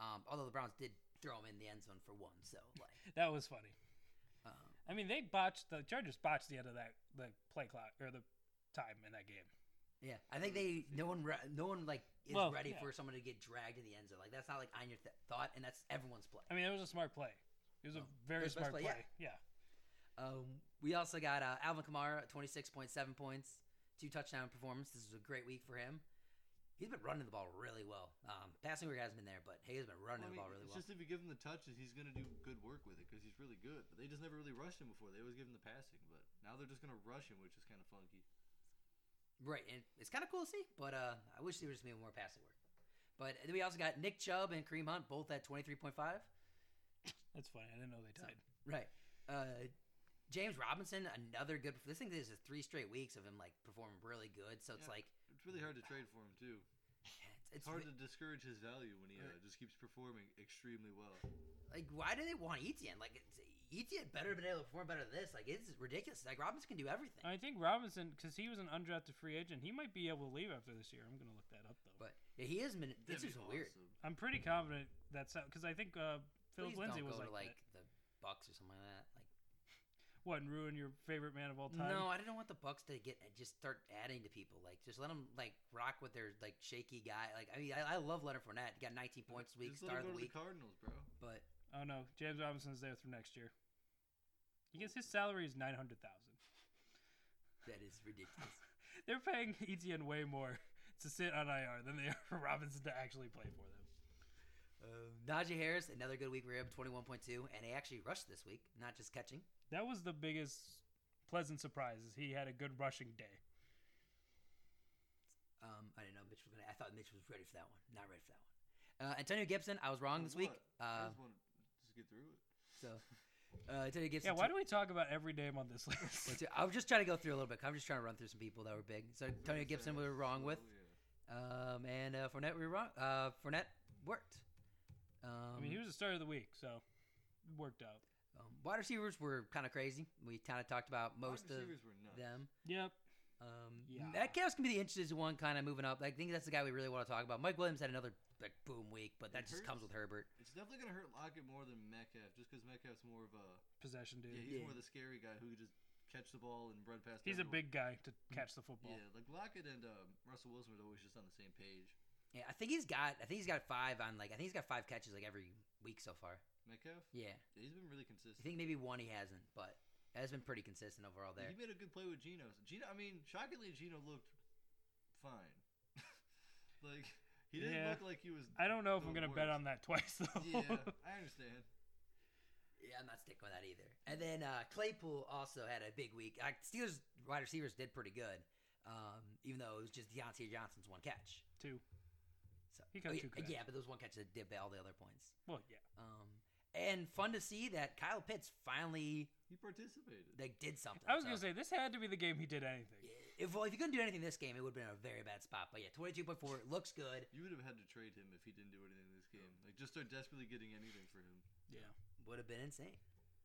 S1: Um, although the Browns did throw him in the end zone for one. So, like,
S3: [LAUGHS] That was funny.
S1: um,
S3: I mean, they botched the Chargers botched the end of that the play clock or the time in that game.
S1: Yeah, I think they no one re- no one like is
S3: Well,
S1: ready
S3: yeah.
S1: for someone to get dragged in the end zone. Like that's not like on your th- thought, and that's everyone's play.
S3: I mean, it was a smart play. It was a
S1: Oh, it
S3: very
S1: was the best play,
S3: smart play.
S1: yeah.
S3: Yeah.
S1: Um, we also got uh, Alvin Kamara, twenty six point seven points, two touchdown performance. This is a great week for him. He's been running the ball really well. Um, passing work hasn't been there, but he has been running the
S2: Well, I mean,
S1: ball really
S2: it's
S1: well.
S2: just if you give him the touches, he's going to do good work with it because he's really good. But they just never really rushed him before. They always give him the passing, but now they're just going to rush him, which is kind of funky.
S1: Right, and it's kind of cool to see, but uh, I wish they were just maybe more passing work. But then we also got Nick Chubb and Kareem Hunt both at twenty three point five.
S3: That's funny. I didn't know they
S1: So-
S3: tied.
S1: Right. Uh, James Robinson, another good. This thing is three straight weeks of him like performing really good. So it's
S2: Yeah.
S1: like
S2: It's really hard to trade for him too.
S1: it's,
S2: It's
S1: it's
S2: hard
S1: re-
S2: to discourage his value when he uh,
S1: Right.
S2: just keeps performing extremely well.
S1: like why do they want Etienne? Like it's, Etienne better been able to perform better than this. Like it's ridiculous. Like Robinson can do everything.
S3: I think Robinson, because he was an undrafted free agent, he might be able to leave after this year. I'm gonna look that up though.
S1: But yeah, he is. Min- this
S2: That'd
S1: is
S2: be
S1: weird.
S2: awesome.
S3: I'm pretty confident that's because I think uh, Phil
S1: Please
S3: Lindsay
S1: don't
S3: was
S1: go
S3: like,
S1: to like
S3: that.
S1: the Bucks or something like that. Like
S3: what and ruin your favorite man of all time.
S1: no, I don't want the Bucks to get just start adding to people. Like just let them like rock with their like shaky guy. Like I mean, I, I love Leonard Fournette. He got 19 points this week,
S2: Just let
S1: start of
S2: him go
S1: the
S2: to
S1: week.
S2: the Cardinals, bro.
S1: but
S3: Oh no, James Robinson's there through next year. He gets his salary is nine hundred thousand.
S1: that is ridiculous.
S3: [LAUGHS] They're paying Etienne way more to sit on IR than they [LAUGHS] are for Robinson to actually play for them.
S1: Uh, Najee Harris, another good week for him, 21.2, and he actually rushed this week, not just catching.
S3: That was the biggest pleasant surprise. Is he had a good rushing day.
S1: Um, I didn't know Mitch was going to. I thought Mitch was ready for that one. Not ready for that one. Uh, Antonio Gibson, I was wrong this week.
S2: What? I
S1: Uh,
S2: just want to just get through it.
S1: so Uh, Antonio Gibson.
S3: Yeah, why do we talk about every name on this [LAUGHS]
S1: Well,
S3: list?
S1: too- I was just trying to go through a little bit. 'cause I'm just trying to run through some people that were big. So Antonio Gibson we were wrong with, um, and uh, Fournette we were wrong. Uh, Fournette worked. Um,
S3: I mean, he was the start of the week, so it worked out.
S1: um, wide receivers were kind of crazy. We kind of talked about most of
S2: were nuts.
S1: them.
S3: Yep.
S1: Um,
S3: Yeah.
S1: Metcalf's gonna be the interesting one, kind of moving up. I think that's the guy we really want to talk about. Mike Williams had another like boom week, but that
S2: It
S1: just comes
S2: hurts.
S1: with Herbert.
S2: It's definitely gonna hurt Lockett more than Metcalf, just because Metcalf's more of a
S3: Possession dude.
S2: yeah, he's
S1: Yeah.
S2: more of the scary guy who could just catch the ball and run past.
S3: He's a
S2: everyone.
S3: big guy to catch the football.
S2: yeah, like Lockett and um, Russell Wilson are always just on the same page.
S1: Yeah, I think he's got. I think he's got five on like. I think he's got five catches like every week so far.
S2: Metcalf,
S1: Yeah,
S2: yeah, he's been really
S1: I
S2: consistent.
S1: think maybe one he hasn't, but has been pretty consistent overall there.
S2: He made a good play with Geno. Gino, I mean, shockingly, Gino looked fine. [LAUGHS] like he didn't
S3: Yeah.
S2: look like he was.
S3: I don't know if
S2: the
S3: I'm gonna bet
S2: worst.
S3: on that [LAUGHS] twice though.
S2: [LAUGHS] yeah, I understand.
S1: Yeah, I'm not sticking with that either. And then uh, Claypool also had a big week. Uh, Steelers wide receivers did pretty good, um, even though it was just Deontay Johnson's one catch.
S3: Two.
S1: So,
S3: He got
S1: oh, yeah,
S3: two catches.
S1: Yeah, but those one catches did all the other points.
S3: Well, yeah.
S1: Um, and fun to see that Kyle Pitts finally
S2: He participated.
S1: like did something.
S3: I was
S1: So,
S3: gonna say this had to be the game he did anything.
S1: yeah, if well, if you couldn't do anything this game, it would have been a very bad spot. But yeah, 22.4 it looks good.
S2: You would have had to trade him if he didn't do anything in this game. Like, just start desperately getting anything for him.
S1: Would have been insane.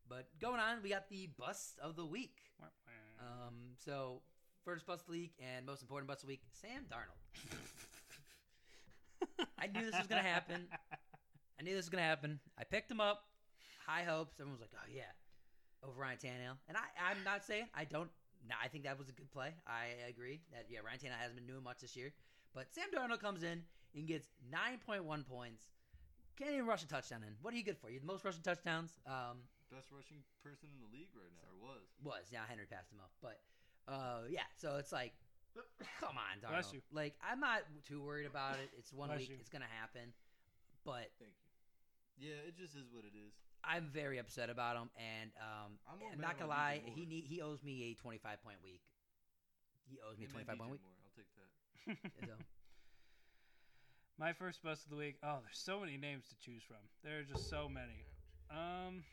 S1: But going on, we got the bust of the week.
S3: Wah, wah.
S1: Um, so first bust of the week and most important bust of the week, Sam Darnold. I knew this was gonna happen. I knew this was gonna happen. I picked him up, high hopes. Everyone was like, "Oh yeah," over Ryan Tannehill. And I, I'm not saying I don't. No, I think that was a good play. I agree that yeah, Ryan Tannehill hasn't been doing much this year, but Sam Darnold comes in and gets 9.1 points. Can't even rush a touchdown in. What are you good for? You're the most rushing touchdowns. Um,
S2: Best rushing person in the league right now, or was.
S1: [LAUGHS] was. Now Henry passed him up, but uh, yeah. So it's like, come on, Darnold.
S3: Bless you.
S1: Like I'm not too worried about it. It's one
S3: Bless
S1: week.
S3: you.
S1: It's gonna happen. But
S2: Thank you. Yeah, it just is what it is.
S1: I'm very upset about him, and um,
S2: I'm
S1: I'm,
S2: more mad
S1: not gonna
S2: about DJ
S1: lie. He
S2: Moore.
S1: need, he owes me a 25 point week. He owes me
S2: Him and
S1: 25 point
S2: DJ
S1: week.
S2: Moore, I'll take that.
S1: So,
S3: My first bust of the week. Oh, there's so many names to choose from. There are just so many. Um,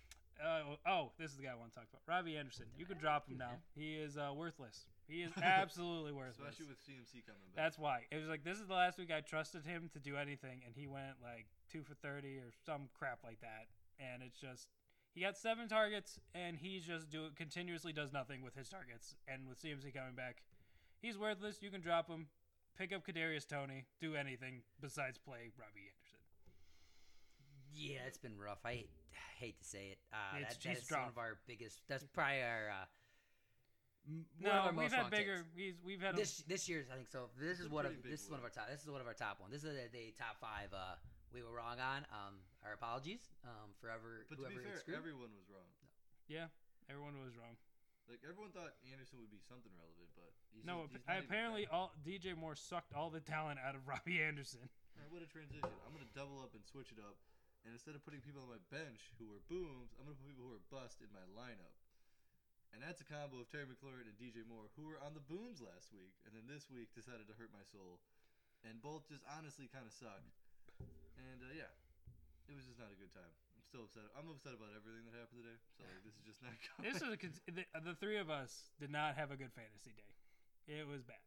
S3: uh, oh, this is the guy I want to talk about. Robbie Anderson. You can drop him now. He is uh, worthless. He
S2: [LAUGHS]
S3: is absolutely worthless.
S2: Especially with CMC coming back.
S3: That's why it was like this is the last week I trusted him to do anything, and he went like two for thirty or some crap like that. And it's just he got seven targets, and he just do continuously does nothing with his targets. And with CMC coming back, he's worthless. You can drop him, pick up Kadarius Tony, do anything besides play Robbie Anderson.
S1: yeah, it's been rough. I hate, I hate to say it. Uh,
S3: It's-
S1: that, that
S3: he's
S1: is one
S3: dropped.
S1: of our biggest. That's probably our. Uh, m- one of
S3: No,
S1: our
S3: we've
S1: most
S3: had
S1: wrong takes.
S3: bigger. He's, we've had
S1: this this year's I think so. This is
S2: It's a
S1: one of
S2: pretty big
S1: this is one of our
S2: list.
S1: top. This is one of our top one. This is the, the top five. Uh, we were wrong on. Um, our apologies. Um, forever
S2: But to
S1: whoever
S2: be fair,
S1: it's screwed.
S2: everyone was wrong.
S3: a, yeah. Everyone was wrong.
S2: Like everyone thought Anderson would be something relevant, but he's
S3: no,
S2: just, he's not
S3: I
S2: even
S3: apparently
S2: that.
S3: all DJ Moore sucked all the talent out of Robbie Anderson.
S2: Man, what a transition! I'm gonna double up and switch it up, and instead of putting people on my bench who were booms, I'm gonna put people who were bust in my lineup, and that's a combo of Terry McLaurin and DJ Moore, who were on the booms last week, and then this week decided to hurt my soul, and both just honestly kind of sucked, and uh, yeah, it was just not a good time. I'm still upset. I'm upset about everything that happened today. So like, this is just not. [LAUGHS] Going.
S3: This is a, cons- the, the three of us did not have a good fantasy day. It was bad.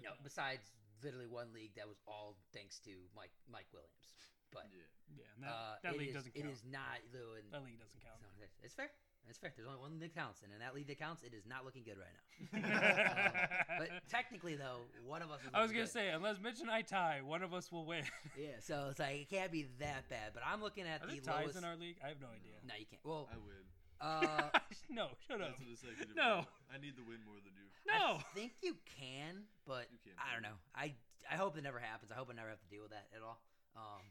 S1: no, besides literally one league that was all thanks to Mike Mike Williams. But
S2: yeah.
S3: Yeah, and that,
S1: uh,
S3: that
S1: it
S3: league
S1: is-
S3: doesn't
S1: It
S3: count.
S1: is not though. And
S3: that league doesn't [LAUGHS] count.
S1: so it's fair. It's fair. There's only one that counts, and in that league that counts, it is not looking good right now.
S3: [LAUGHS]
S2: [LAUGHS]
S1: Um, But technically, though, one of us. Is
S3: I was
S1: looking
S3: gonna
S1: good.
S3: say unless Mitch and I tie, one of us will win. [LAUGHS]
S1: Yeah, so it's like it can't be that bad. But I'm looking at
S3: Are
S1: the
S3: there
S1: lowest.
S3: ties in our league? I have no idea.
S1: No, you can't. Well,
S2: I win.
S1: uh,
S3: [LAUGHS] no, shut up.
S2: That's an executive
S3: No.
S2: order. I need the win more than you.
S3: No.
S1: I [LAUGHS] think you can, but
S2: You can't
S1: I don't
S2: do it.
S1: know. I I hope it never happens. I hope I never have to deal with that at all. Um,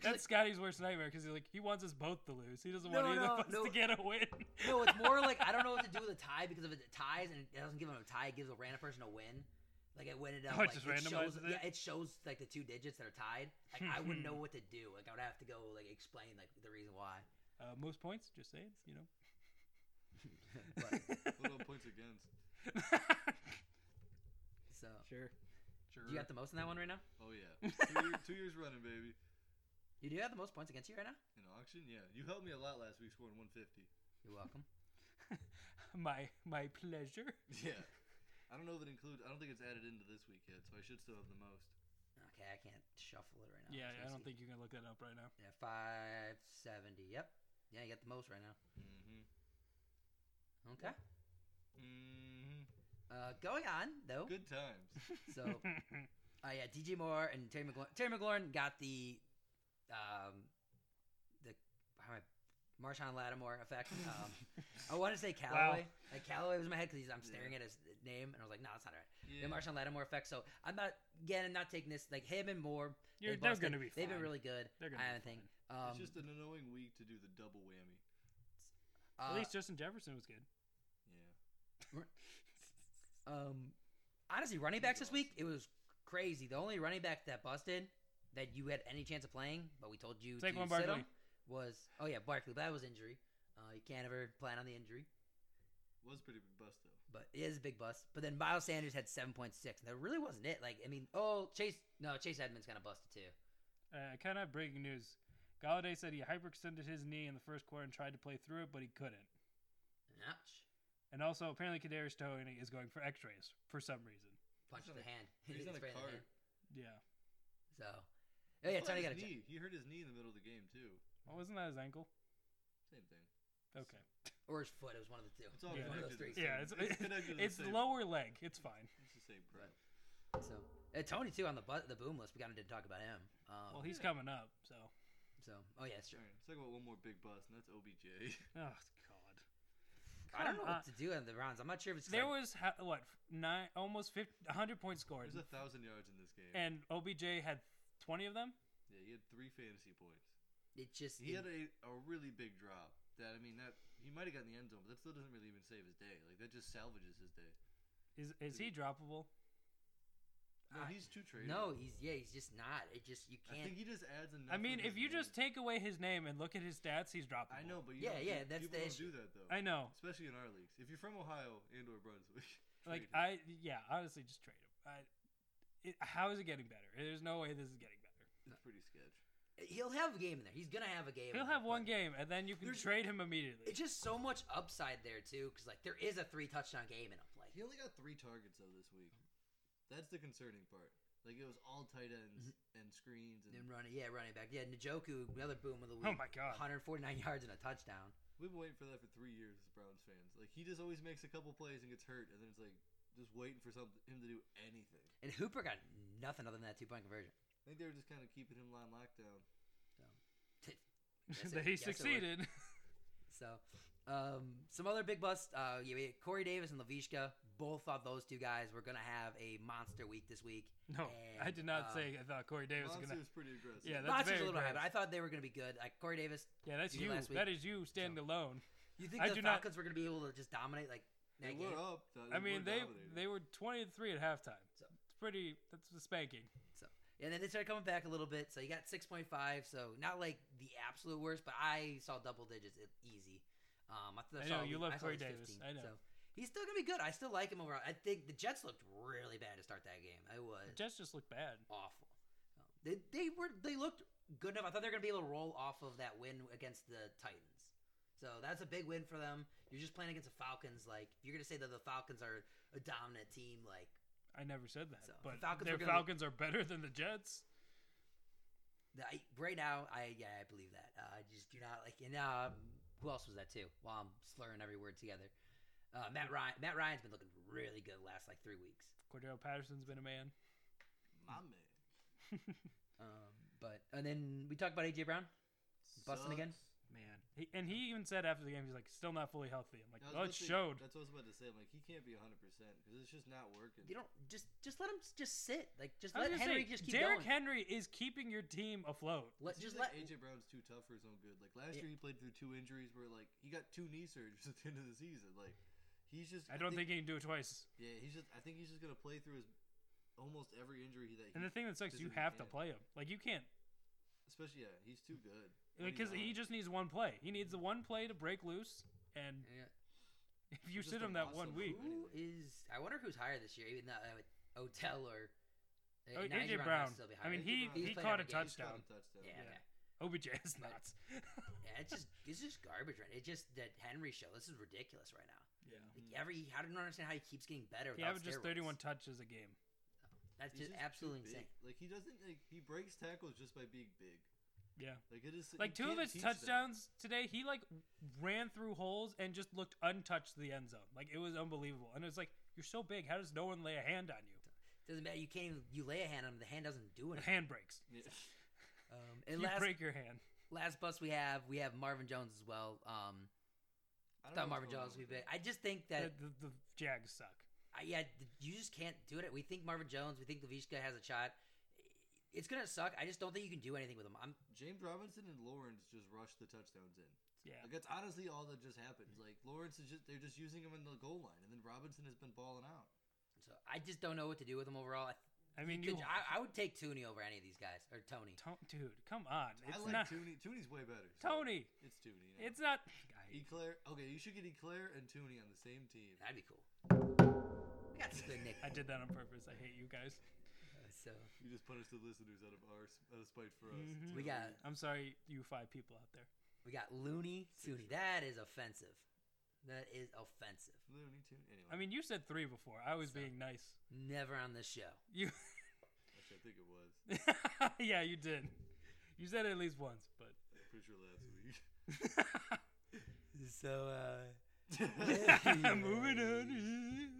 S3: That's Scotty's worst nightmare because he's like he wants us both to lose. He doesn't want
S1: No,
S3: either
S1: no,
S3: of us
S1: no.
S3: to get a win.
S1: no, it's more like I don't know what to do with a tie because if it ties and it doesn't give them a tie, it gives a random person a win. Like I went it up.
S3: Oh, it
S1: like,
S3: just
S1: shows,
S3: randomizes it?
S1: Yeah, it shows like the two digits that are tied. Like I
S3: [LAUGHS]
S1: wouldn't know what to do. Like I would have to go like explain like the reason why.
S3: [LAUGHS]
S2: [LAUGHS]
S3: uh, most points, just saying, you know.
S1: But,
S3: [LAUGHS]
S2: What about points against?
S1: so
S3: sure, sure. [LAUGHS]
S1: do you got the most in that one right now?
S2: Oh yeah, two, year, two years running, baby.
S1: You do have the most points against you right now.
S2: In auction? Yeah. You helped me a lot last week scoring 150.
S1: You're welcome.
S3: [LAUGHS] my my pleasure.
S2: Yeah. [LAUGHS] I don't know if it includes, I don't think it's added into this week yet, so I should still have the most.
S1: Okay, I can't shuffle it right now.
S3: yeah,
S1: so
S3: I
S1: let's
S3: don't
S1: see.
S3: think you can look that up right now.
S1: Yeah, five seventy. Yep. Yeah, you got the most right now.
S2: Mm-hmm.
S1: Okay.
S2: Mm-hmm.
S1: Uh, going on though.
S2: Good times.
S3: [LAUGHS]
S1: So, uh, yeah, DJ Moore and Terry McLaurin. Terry McLaurin got the, um, the how am I, Marshawn Lattimore
S3: [LAUGHS]
S1: effect. [LAUGHS] Um, I want to say Callaway. Like Callaway was in my head because I'm staring at his name and I was like, no, that's not right.
S2: [LAUGHS] Yeah.
S1: The Marshawn Lattimore effect. So I'm not again. I'm not taking this like him and Moore.
S3: You're,
S1: in
S3: they're
S1: Boston,
S3: going to be.
S1: They've been
S3: fine.
S1: really good.
S3: They're gonna
S1: I
S3: be
S1: don't think. Um,
S2: it's just an annoying week to do the double whammy.
S1: uh,
S3: At least Justin Jefferson was good.
S2: Yeah.
S1: Um, honestly, running
S2: He's
S1: backs this week,
S2: awesome.
S1: it was crazy. The only running back that busted that you had any chance of playing, but we told you
S3: Saquon
S1: to sit
S3: Barkley.
S1: him, was oh yeah, Barkley. But that was injury. Uh, you can't ever plan on the injury,
S2: Was pretty big bust, though.
S1: but it is a big bust. But then Miles Sanders had seven point six, and that really wasn't it. Like I mean, oh Chase, no Chase Edmonds kind of busted too.
S3: Uh, kind of breaking news. Galladay said he hyperextended his knee in the first quarter and tried to play through it, but he couldn't.
S1: Ouch!
S3: And also, apparently, Kadarius Tony is going for X-rays for some reason.
S1: Punch to
S2: He's
S1: the
S2: on a-
S1: hand. [LAUGHS]
S2: He's on a
S1: Sprained the
S2: card.
S1: hand.
S3: Yeah.
S1: So, oh yeah,
S2: It's not
S1: Tony
S2: his
S1: got a check.
S2: knee. He hurt his knee in the middle of the game, too.
S3: Well, wasn't that his ankle?
S2: Same thing.
S3: Okay.
S1: or his foot. It was one of the two.
S2: It's all
S3: Yeah.
S1: One of those
S2: connected. to the
S1: three.
S2: same-
S3: Yeah, it's
S2: connected to the
S3: it's,
S2: same-
S3: lower leg. It's fine.
S2: It's the same pro.
S1: Right. So uh, Tony too on the bu- the boom list. We got to talk about him. Um,
S3: Well, he's
S2: yeah.
S3: coming up, so.
S1: So, oh yeah, sure.
S2: All right, let's talk about one more big bust, and that's [LAUGHS] OBJ.
S3: Oh God.
S1: I don't know
S3: Come on.
S1: what to do in the rounds. I'm not sure if it's
S3: There
S1: like,
S3: was ha- what nine, almost 50, 100 points scored,
S2: There's a thousand yards in this game.
S3: and OBJ had twenty of them.
S2: yeah, he had three fantasy points.
S1: it just
S2: He
S1: it-
S2: had a, a really big drop. That I mean, that he might have gotten the end zone, but that still doesn't really even save his day. Like that just salvages his day.
S3: Is is he droppable?
S2: No,
S1: I-
S2: he's too traded.
S1: no. He's yeah. He's just not. It just you
S2: I
S1: can't.
S2: think he just adds enough.
S3: I mean,
S2: with
S3: if
S2: his
S3: you just
S2: name.
S3: take away his name and look at his stats, he's droppable.
S2: I know, but you
S1: Yeah,
S2: don't-
S1: yeah,
S2: you-
S1: that's
S2: people
S1: the
S2: don't
S1: issue.
S2: do that though.
S3: I know.
S2: especially in our leagues. If you're from Ohio and or Brunswick, [LAUGHS]
S3: Like
S2: trade him.
S3: I, yeah, honestly, just trade him. I, it, how is it getting better? There's no way this is getting better.
S2: it's pretty sketch.
S1: He'll have a game in there. He's gonna have a game. in
S3: He'll
S1: there,
S3: have one
S1: but
S3: game, and then you can
S1: There's-
S3: trade him immediately.
S1: It's just so much upside there too, because like there is a three touchdown game in him. Like
S2: He only got three targets though this week. That's the concerning part. Like it was all tight ends and screens, and
S1: and running, yeah, running back, yeah, Njoku, another boom of the week.
S3: [LAUGHS] Oh my God. [LAUGHS]
S1: 149 [LAUGHS] yards and a touchdown.
S2: we've been waiting for that for three years as Browns fans. Like he just always makes a couple plays and gets hurt, and then it's like just waiting for something him to do anything.
S1: And Hooper got nothing other than that two point conversion.
S2: I think they were just kind of keeping him on lockdown.
S1: Guess it-
S3: that he
S1: guess it worked.
S3: succeeded. [LAUGHS]
S1: So, um, some other big busts. Uh, yeah, we had Corey Davis and Lavishka. Both thought those two guys were gonna have a monster week this week.
S3: no, I
S1: And,
S3: did not
S1: um,
S3: say I thought Corey Davis was
S2: Monster
S3: gonna.
S2: was pretty aggressive.
S3: Yeah, that's
S1: Monster's a
S3: very.
S1: little high, but I
S3: gross.
S1: thought they were going to be good. Like Corey Davis,
S3: yeah, that's
S1: you did
S3: you.
S1: last week.
S3: That is you standing alone.
S1: you think
S3: I
S1: the
S3: do not-
S1: Falcons were going to be able to just dominate like that
S2: they
S1: game?
S2: were up. though.
S3: I
S2: were
S3: mean, they
S2: dominating.
S3: they were twenty to three at halftime.
S1: So-
S3: It's pretty. That's the spanking.
S1: And then they started coming back a little bit. So you got six point five. So not like the absolute worst, but I saw double digits it, easy. Um, I, thought
S3: I
S1: saw at
S3: know, you
S1: least-
S3: love
S1: I saw
S3: Corey
S1: at least 15,
S3: Davis. I know.
S1: So he's still going to be good. I still like him overall. I think the Jets looked really bad to start that game. It was
S3: The Jets just look bad.
S1: awful. Um, they they were they looked good enough. I thought they were going to be able to roll off of that win against the Titans. So that's a big win for them. You're just playing against the Falcons. Like if you're going to say that the Falcons are a dominant team, like
S3: I never said that.
S1: So, the
S3: but
S1: Falcons
S3: their
S1: were gonna-
S3: Falcons are better than the Jets.
S1: the, I, right now, I yeah I believe that. Uh, I just do not like. And um, who else was that too? While I'm slurring every word together, uh, Matt Ryan. Matt Ryan's been looking really good the last like three weeks.
S3: Cordero Patterson's been a man.
S2: my man.
S1: Um, but and then we talked about AJ Brown. Busting again?
S2: Sucks.
S3: Man, [LAUGHS] he, and he even said after the game, he's like, still not fully healthy. I'm like,
S2: I was
S3: oh,
S2: about
S3: it
S2: to-
S3: showed.
S2: That's what I was about to say. I'm like, he can't be 100 percent because it's just not working.
S1: You don't just just let him s- just sit. Like just
S3: I was
S1: let
S3: gonna
S1: Henry
S3: say,
S1: just keep
S3: Derrick
S1: going.
S3: Henry is keeping your team afloat.
S1: let,
S2: It
S1: just
S2: seems
S1: let
S2: like AJ Brown's too tough for his own good. Like last
S1: Yeah.
S2: year, he played through two injuries where like he got two knee surgeries [LAUGHS] at the end of the season. Like he's just.
S3: I don't think he can do it twice.
S2: Yeah, he's just. I think he's just gonna play through his almost every injury he- that. he,
S3: And the thing that sucks, you
S2: physically
S3: have to
S2: can.
S3: play him. Like you can't
S2: Especially yeah, he's too good. What do you
S3: because he
S2: want?
S3: just needs one play. He needs the one play to break loose. And
S1: Yeah.
S3: [LAUGHS] if you
S2: Just a
S3: sit him that
S2: loss
S3: one
S2: of
S3: week,
S1: Who is? I wonder who's higher this year. Even though uh, Odell or uh,
S3: Oh,
S1: Nigel Brown might
S3: AJ Oh, Brown.
S1: still be
S3: I
S1: higher.
S2: AJ
S3: mean, he
S2: Brown-
S1: He's
S3: he
S1: played
S3: caught a
S1: every game.
S2: He's caught
S3: touchdown.
S2: a touchdown.
S1: Yeah. okay.
S3: Yeah. OBJ is [LAUGHS] nuts.
S1: Yeah, it's just it's just garbage right. It just that Henry show. This is ridiculous right now.
S3: Yeah.
S1: Like
S2: Mm.
S1: every I don't understand how he keeps getting better.
S3: He
S1: without
S3: averages
S1: steroids.
S3: 31 touches a game.
S1: That's
S2: He's
S1: just
S2: too
S1: absolutely
S2: big.
S1: insane.
S2: Like he doesn't like he breaks tackles just by being big.
S3: Yeah.
S2: Like it is
S3: Like
S2: you
S3: two of
S2: can't
S3: his
S2: teach that.
S3: touchdowns today, he like ran through holes and just looked untouched to the end zone. Like it was unbelievable. And it's like, you're so big. How does no one lay a hand on you?
S1: Doesn't matter. You can't even you lay a hand on him. The hand doesn't do
S3: The
S1: anything.
S3: hand breaks.
S2: [LAUGHS]
S1: [LAUGHS]
S2: Yeah.
S3: [LAUGHS]
S1: Um, and
S3: you
S1: last
S3: break your hand.
S1: last bus we have we have Marvin Jones as well. Um,
S2: I don't know
S1: thought
S2: what's
S1: Marvin
S2: going on
S1: Jones.
S2: with
S1: We
S2: him.
S1: I just think
S3: The,
S1: that
S3: the, the Jags suck.
S1: I, yeah, th- you just can't do it. We think Marvin Jones. We think Lavishka has a shot. It's gonna suck. I just don't think you can do anything with him. I'm
S2: James Robinson and Lawrence just rushed the touchdowns in.
S3: Yeah.
S2: Like that's honestly all that just happened. Like Lawrence is just they're just using him in the goal line, and then Robinson has been balling out.
S1: so I just don't know what to do with him overall. I,
S3: I mean, you.
S1: could, I, I would take Tooney over any of these guys or Tony.
S3: Ton- dude, come on. It's
S2: I like
S3: not.
S2: Tooney. Tooney's way better. so
S3: Tony.
S2: It's Tooney. Now.
S3: It's not. I-
S2: Eclair. Okay, you should get Eclair and Tooney on the same team.
S1: That'd be cool. We got some good
S3: I
S1: nicknames.
S3: did that on purpose. I hate you guys.
S1: so
S2: You just punished the listeners out of our out of spite for us.
S3: Mhm.
S2: It's
S1: we
S2: really
S1: got
S2: weird.
S3: I'm sorry, you five people out there.
S1: we got Looney Tooney. That is offensive. That is offensive.
S2: Looney Tune. Anyway,
S3: I mean, you said three before. I was
S1: So-
S3: being nice. [LAUGHS]
S1: Never on this show.
S3: You.
S2: actually, I think it was.
S3: yeah, you did. You said it at least once, but.
S2: I'm pretty sure
S1: [LAUGHS]
S2: last week. [LAUGHS]
S3: [LAUGHS]
S1: So uh
S2: [LAUGHS]
S3: Moving on.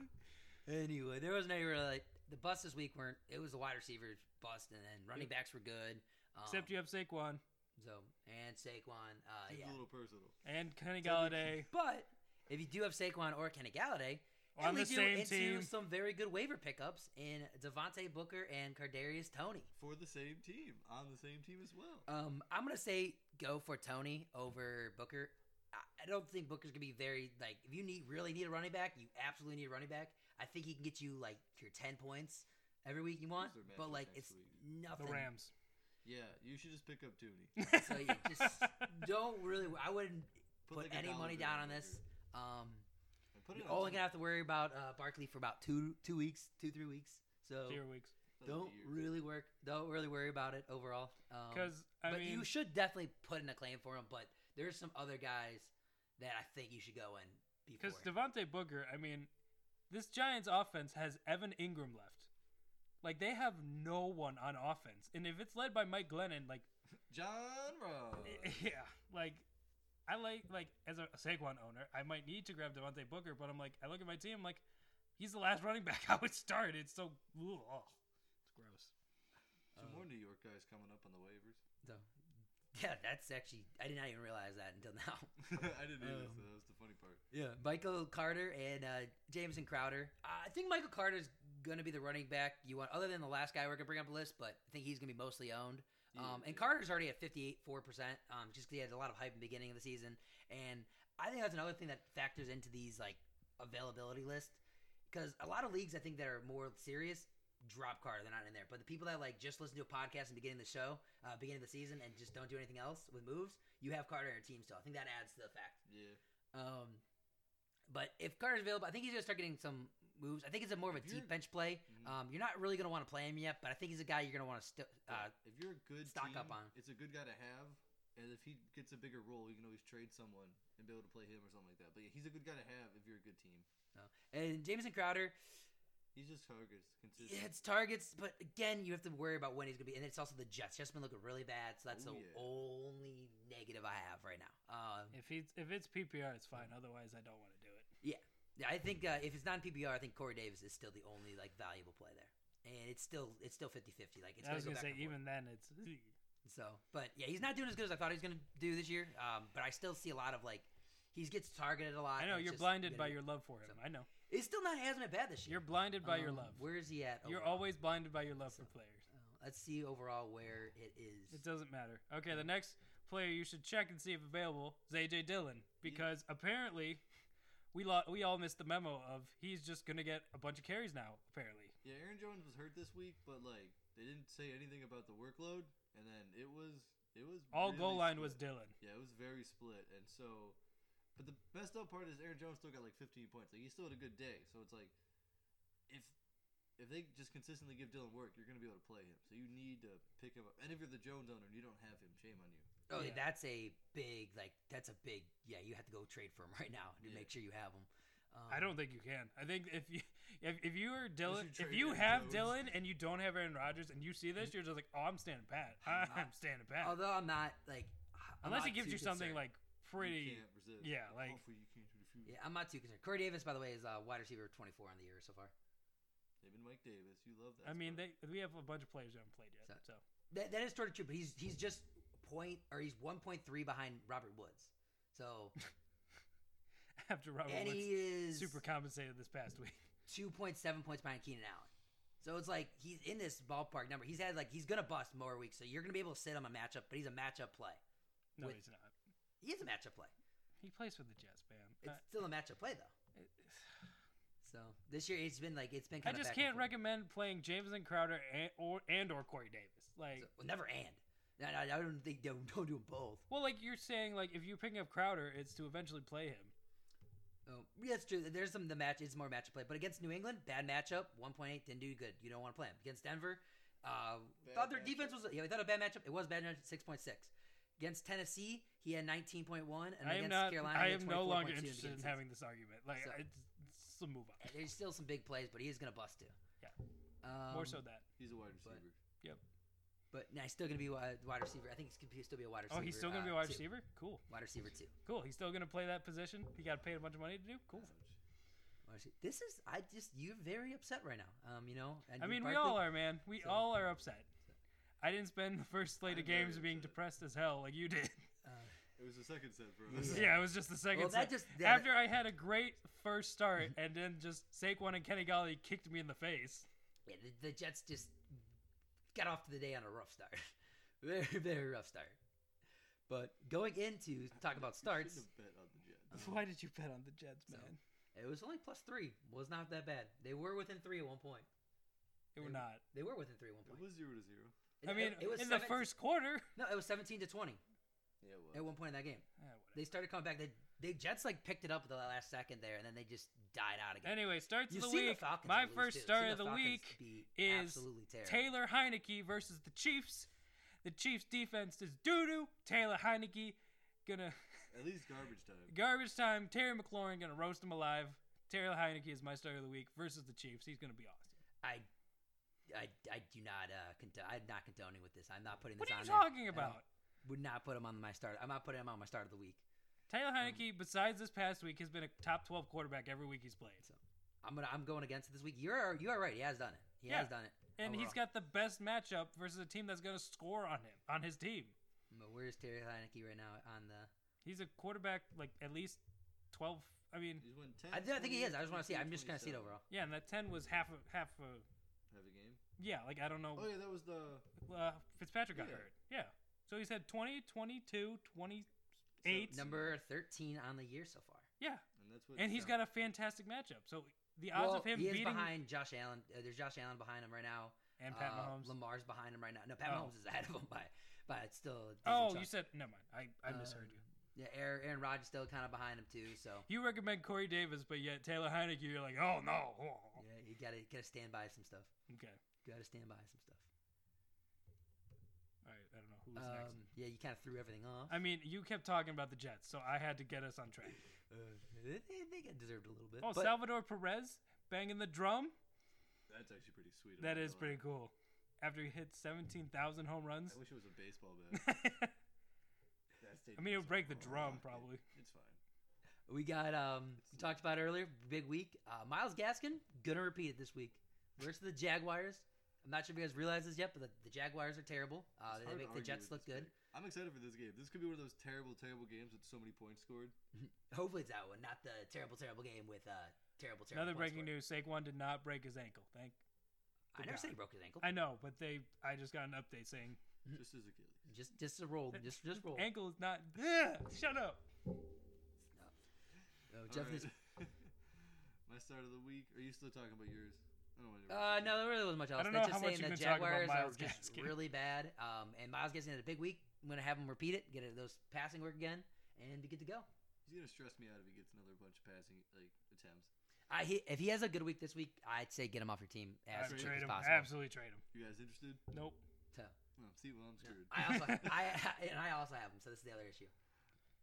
S1: Anyway, there wasn't any really like the busts this week weren't. It was the wide receivers bust, and then running backs were good. Um,
S3: Except you have Saquon
S1: so and Saquon. Uh,
S2: It's
S1: yeah,
S2: a little personal.
S3: and Kenny
S2: Except you-
S3: Galladay
S1: but if you do have Saquon or Kenny Galladay,
S3: on
S1: and we
S3: the
S1: do
S3: same
S1: into
S3: team.
S1: some very good waiver pickups in Devontae Booker and Cardarius Tony.
S2: For the same team, on the same team as well.
S1: Um, I'm gonna say go for Tony over Booker. I, I don't think Booker's gonna be very like. If you need really need a running back, you absolutely need a running back. I think he can get you like your ten points every week you want,
S2: Who's their
S1: but
S2: matchup
S1: like
S2: next
S1: it's
S2: week?
S1: nothing.
S3: The Rams.
S2: Yeah, you should just pick up Tooney.
S1: So
S3: [LAUGHS]
S1: you just don't really. I wouldn't put,
S2: like, a
S1: any
S2: dollar
S1: money
S2: bill
S1: down on
S2: over
S1: this.
S2: here.
S1: Um,
S2: And Put it
S1: you're
S2: on
S1: only
S2: Tooney.
S1: gonna have to worry about uh, Barkley for about two two weeks, two three weeks. So
S3: Zero weeks.
S2: That's
S1: don't
S2: weird.
S1: really work. Don't really worry about it overall. Um,
S3: Because, I
S1: but
S3: mean.
S1: you should definitely put in a claim for him. But there's some other guys that I think you should go in
S3: Because
S1: before.
S3: Devontae Booker, I mean, this Giants offense has Evan Ingram left. Like they have no one on offense, and if it's led by Mike Glennon, like
S2: John Ross.
S1: Eh,
S3: [LAUGHS] yeah, like I like like as a Saquon owner, I might need to grab Devontae Booker, but I'm like I look at my team, like he's the last running back [LAUGHS] I would start. It's so ugh, it's gross.
S1: uh,
S2: Some more New York guys coming up on the waivers. [LAUGHS]
S1: so, [LAUGHS] yeah, that's actually I did not even realize that until [LAUGHS] now.
S2: I didn't either,
S1: Um,
S2: so that was the funny part.
S1: Yeah, Michael Carter and uh, Jameson Crowder. I think Michael Carter's going to be the running back you want, other than the last guy we're going to bring up the list, but I think he's going to be mostly owned.
S2: Yeah,
S1: Um, and
S2: yeah.
S1: Carter's already at 58, 4%, um, just 'cause he had a lot of hype in the beginning of the season. And I think that's another thing that factors into these, like, availability list. Because a lot of leagues, I think, that are more serious, drop Carter. They're not in there. But the people that, like, just listen to a podcast and beginning of the show, uh, beginning of the season, and just don't do anything else with moves, you have Carter in your team still. I think that adds to the fact.
S2: Yeah.
S1: Um, but if Carter's available, I think he's gonna start getting some moves. I think it's a more of a
S2: If you're-
S1: deep bench play.
S2: Mhm.
S1: Um, you're not really gonna want to play him yet, but I think he's a guy you're gonna want to. St- uh,
S2: Yeah, if you're a good
S1: stock
S2: team,
S1: up on.
S2: it's a good guy to have. And if he gets a bigger role, you can always trade someone and be able to play him or something like that. But yeah, he's a good guy to have if you're a good team.
S1: and Jameson Crowder,
S2: He's just targets consistent.
S1: yeah, it's targets, but again, you have to worry about when he's gonna be. And it's also the Jets. Jets been looking really bad, so that's
S2: Oh,
S1: the
S2: yeah.
S1: only negative I have right now. Um,
S3: If he's if it's PPR, it's fine. Otherwise, I don't want to do it.
S1: yeah, I think uh, if it's not in PPR, I think Corey Davis is still the only like valuable play there. And it's still it's still 50-50. Like it's
S3: I was
S1: go
S3: gonna
S1: back
S3: say
S1: and forth.
S3: even then, it's
S1: So, but yeah, he's not doing as good as I thought he was going to do this year. Um, but I still see a lot of like, he gets targeted a lot.
S3: I
S1: and
S3: know
S1: it's
S3: you're
S1: just-
S3: blinded
S1: you
S3: by
S1: gotta-
S3: your love for him.
S1: So-
S3: I know
S1: It's still not hasn't been bad this year.
S3: you're blinded by your
S1: Um,
S3: love.
S1: Where oh. is he at?
S3: You're
S1: overall?
S3: always blinded by your love for
S1: So-
S3: players.
S1: Uh, let's see overall where it is.
S3: It doesn't matter. Okay, the next player you should check and see if available is AJ Dillon because apparently we lo- we all missed the memo of he's just gonna get a bunch of carries now. Apparently,
S2: Yeah, Aaron Jones was hurt this week, but like they didn't say anything about the workload, and then it was it was
S3: all goal
S2: really
S3: line was
S2: split.
S3: Dillon.
S2: Yeah, it was very split, and so, but the messed up part is Aaron Jones still got like 15 points. Like he still had a good day, so it's like if if they just consistently give Dylan work, you're gonna be able to play him. So you need to pick him up, and if you're the Jones owner and you don't have him, shame on you.
S1: Oh,
S3: Yeah.
S1: that's a big like that's a big yeah. You have to go trade for him right now to
S2: Yeah.
S1: make sure you have him. Um,
S3: I don't think you can. I think if you if, if you are Dylan,
S2: you
S3: if
S2: trade
S3: you
S2: Aaron
S3: have
S2: Jones.
S3: Dylan and you don't have Aaron Rodgers and you see this, you're just like, oh, I'm standing pat.
S1: Mm. I'm not-
S3: [LAUGHS] I'm standing pat.
S1: Although I'm not like I'm
S3: Unless he
S1: not
S3: gives
S1: too
S3: you something
S1: concerned.
S3: like pretty.
S2: You can't resist.
S3: yeah, like-
S2: Hopefully you can't refuse.
S1: yeah, I'm not too concerned. Corey Davis, by the way, is uh, wide receiver 24 on the year so far.
S2: David Mike Davis, you love that.
S3: I mean,
S2: spot.
S3: they, we have a bunch of players who haven't played yet. So, [LAUGHS]
S1: That, that is sort of true, but he's he's just point or he's 1.3 behind Robert Woods. So
S3: after [LAUGHS] Robert
S1: and
S3: Woods
S1: he is
S3: super compensated this past week. [LAUGHS]
S1: 2.7 points behind Keenan Allen. So it's like he's in this ballpark number. He's had like he's gonna bust more weeks. So you're gonna be able to sit him a matchup, but he's a matchup play.
S3: No,
S1: With-
S3: he's not.
S1: He is a matchup play.
S3: He plays for the Jets, man.
S1: It's
S3: Uh,
S1: still a matchup play though.
S3: it-
S1: So this year it's been like it's been.
S3: I
S1: Kind of
S3: just can't recommend playing Jameson Crowder and or, and or Corey Davis. Like,
S1: well, never and. No, no, I don't think don't, [LAUGHS] don't do 'em both.
S3: well, like you're saying, like if you're picking up Crowder, it's to eventually play him.
S1: Oh, yeah, that's true. There's some the match. It's more matchup play, but against New England, bad matchup. 1.8 didn't do good. You don't want to play him against Denver. Uh,
S2: Bad
S1: thought their
S2: matchup.
S1: defense was yeah. We thought a bad matchup. It was bad matchup. 6.6 against Tennessee. He had 19.1, and
S3: I
S1: against
S3: am not.
S1: Carolina,
S3: I
S1: he had
S3: am
S1: 24.2
S3: no longer
S1: to begin
S3: interested
S1: the
S3: in
S1: season.
S3: having this argument. Like,
S1: So-
S3: I, it's a move on.
S1: There's still some big plays, but he's gonna bust too.
S3: Yeah.
S1: Um,
S3: More so that.
S2: He's a wide
S1: but-
S2: receiver.
S1: But nah, he's still gonna be a wide wide receiver. I think he's gonna be- still be a wide
S3: Oh,
S1: receiver.
S3: he's still gonna
S1: uh,
S3: be a wide
S1: two.
S3: receiver. Cool,
S1: Wide receiver two.
S3: cool. He's still gonna play that position. He got paid a bunch of money to do. Cool.
S2: Ouch.
S1: Wide receiver- This is I just you're very upset right now. Um, you know. And
S3: I mean, we
S1: Barkley-
S3: all are, man. We
S1: So-
S3: all are upset. I didn't spend the first slate
S2: I'm
S3: of games
S2: very
S3: being
S2: upset.
S3: depressed as hell like you did.
S1: Uh,
S2: It was the second set for us.
S1: Yeah.
S3: [LAUGHS]
S2: [LAUGHS]
S3: Yeah, it was just the second.
S1: well, that
S3: set.
S1: just yeah,
S3: After I had a great first start, and then just Saquon and Kenny Golly kicked me in the [LAUGHS] face.
S1: Yeah, the, the Jets just got off to the day on a rough start. [LAUGHS] very, very rough start. But going into talk about starts,
S2: You shouldn't have bet on the Jets.
S1: Why
S3: did you bet on the Jets,
S1: So- man? it was only plus three. Was not that bad. They were within three at one point.
S3: They
S1: They-
S3: were not.
S1: They were within three at one
S2: It
S1: point.
S2: was zero to zero.
S1: It-
S3: I mean,
S1: it, it was
S3: in the
S1: 17
S3: first
S1: [LAUGHS]
S3: quarter. [LAUGHS]
S1: No, it was seventeen to twenty
S2: Yeah, it was.
S1: at one point in that game.
S3: Ah, whatever.
S1: They started coming back. They, they Jets like picked it up at the last second there, and then they just died out again.
S3: Anyway, starts
S1: You've
S3: of the
S1: seen
S3: week.
S1: the Falcons
S3: my
S1: lose,
S3: first
S1: too. You've
S3: start
S1: seen
S3: of
S1: the
S3: the
S1: Falcons
S3: week
S1: be
S3: is
S1: absolutely terrible.
S3: Taylor Heineke versus the Chiefs. The Chiefs defense is doo doo. Taylor Heineke gonna
S2: At least garbage time.
S3: garbage time. Terry McLaurin gonna roast him alive. Taylor Heineke is my start of the week versus the Chiefs. He's gonna be awesome.
S1: I, I, I do not uh, condo- I'm not condoning with this. I'm not putting this
S3: What
S1: on
S3: are you
S1: there.
S3: talking
S1: I don't-
S3: about?
S1: Would not put him on my start. I'm not putting him on my start of the week.
S3: Taylor
S1: Um,
S3: Heineke, besides this past week, has been a top twelve quarterback every week he's played,
S1: I'm gonna I'm going against it this week. You're you are right. He has done it. He has
S3: Yeah.
S1: done it.
S3: and he's
S1: overall.
S3: got the best matchup versus a team that's gonna score on him on his team.
S1: But where's Terry Heineke right now on the?
S3: He's a quarterback like at least twelve. I mean,
S2: He's won 10.
S1: I, I think he is. I just want to see.
S2: 22,
S1: I'm just gonna see it
S2: 27.
S1: overall.
S3: yeah, and that ten was half a half a
S2: Have a game.
S3: Yeah, like I don't know.
S2: Oh yeah, that was the
S3: Uh, Fitzpatrick got
S2: Yeah.
S3: hurt. Yeah. So he's had 20, 22, 28.
S1: Number 13 on the year so far.
S3: yeah.
S2: and that's what.
S3: And he's got a fantastic matchup. So the odds
S1: well,
S3: of him
S1: he is
S3: beating
S1: behind Josh Allen. Uh, there's Josh Allen behind him right now.
S3: and Pat
S1: Uh,
S3: Mahomes.
S1: Lamar's behind him right now. No, Pat
S3: Oh.
S1: Mahomes is ahead of him by, by it's still. a decent
S3: oh, you
S1: chunk.
S3: said never mind. I, I
S1: Uh,
S3: misheard you.
S1: yeah. Aaron, Aaron Rodgers still kind of behind him too. So
S3: You recommend Corey Davis, but yet Taylor Heineke, you're like, oh no. [LAUGHS]
S1: yeah, you gotta gotta stand by some stuff.
S3: Okay.
S1: Gotta stand by some stuff.
S3: All right. I don't know who's next.
S1: Um, yeah, you kind of threw everything off.
S3: I mean, you kept talking about the Jets, so I had to get us on track.
S1: Uh, they, they got deserved a little bit.
S3: Oh,
S1: but
S3: Salvador Perez banging the drum.
S2: That's actually pretty sweet. I'm
S3: That
S2: not
S3: is
S2: gonna
S3: pretty
S2: lie.
S3: cool. After he hit 17,000 home runs. [LAUGHS]
S2: I wish it was a baseball bat. That's
S3: I mean, it would break the drum probably.
S2: It's fine.
S1: we got um we talked about it earlier, big week. Uh, Miles Gaskin gonna repeat it this week. Versus the Jaguars. I'm not sure if you guys realize this yet, but the, the Jaguars are terrible. Uh,
S2: It's
S1: they
S2: hard to
S1: make the
S2: argue
S1: Jets
S2: with
S1: look
S2: this
S1: good.
S2: pick. I'm excited for this game. This could be one of those terrible, terrible games with so many points scored.
S1: Hopefully it's that one, not the terrible, terrible game with uh terrible, terrible.
S3: Another
S1: points
S3: breaking
S1: scored.
S3: news: Saquon did not break his ankle. Thank.
S1: I never
S3: God.
S1: said he broke his ankle.
S3: I know, but they. I just got an update saying
S2: Just as Achilles.
S1: Just just a roll. Just just roll.
S3: ankle is not. [LAUGHS] Ugh, shut up.
S1: Oh,
S2: All
S1: Jeff
S2: right. [LAUGHS]
S1: is-
S2: My start of the week. Are you still talking about yours? I don't want to.
S1: Uh, no, there really wasn't much else.
S3: don't
S1: That's
S3: know
S1: just
S3: how much
S1: saying
S3: you
S1: the
S3: can talk about
S1: Jaguars are
S3: Myles
S1: [LAUGHS] just
S3: Gaskin.
S1: really bad. Um, and Miles Gaskin had a big week. I'm gonna have him repeat it, get those passing work again, and be good to go.
S2: He's gonna stress me out if he gets another bunch of passing like attempts.
S1: I he, if he has a good week this week, I'd say get him off your team as
S3: I'd
S1: quick
S3: trade
S1: as
S3: him.
S1: possible.
S3: Absolutely trade him.
S2: You guys interested?
S3: Nope.
S1: So,
S2: Oh, see, well, I'm screwed.
S1: I
S3: [LAUGHS]
S1: also I [LAUGHS] and I also have him, so this is the other issue.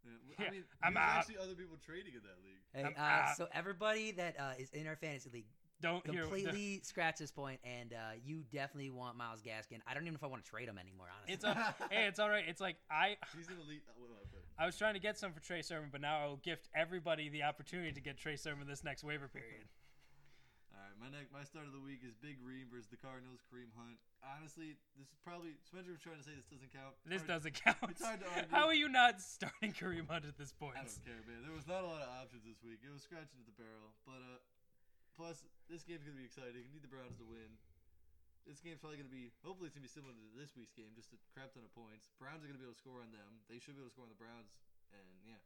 S2: Yeah, w-
S3: Yeah,
S2: I mean,
S3: I'm
S2: there's
S3: out.
S2: actually other people trading in that league.
S1: Hey,
S3: I'm
S1: uh,
S3: out.
S1: so everybody that uh, is in our fantasy
S3: [LAUGHS]
S1: league
S3: Don't hear the,
S1: completely scratch this point, and uh, you definitely want Miles Gaskin. I don't even know if I want to trade him anymore. Honestly,
S3: It's a Hey, it's all right. It's like I
S2: He's an elite. uh, well, uh, but
S3: I was trying to get some for Trey Sermon, but now I will gift everybody the opportunity to get Trey Sermon this next waiver period.
S2: All right, my next, my start of the week is Big Ream versus the Cardinals. Kareem Hunt. Honestly, this is probably Spencer was trying to say this doesn't count.
S3: This
S2: Hard-
S3: doesn't count.
S2: it's hard to
S3: [LAUGHS]
S2: argue.
S3: How are you not starting Kareem Hunt at this point?
S2: I don't care, man. There was not a lot of options this week. It was scratching at the barrel. But uh, plus, this game's gonna be exciting. I need the Browns to win. This game's probably gonna be. Hopefully, it's gonna be similar to this week's game, just a crap ton of points. Browns are gonna be able to score on them. They should be able to score on the Browns, and yeah.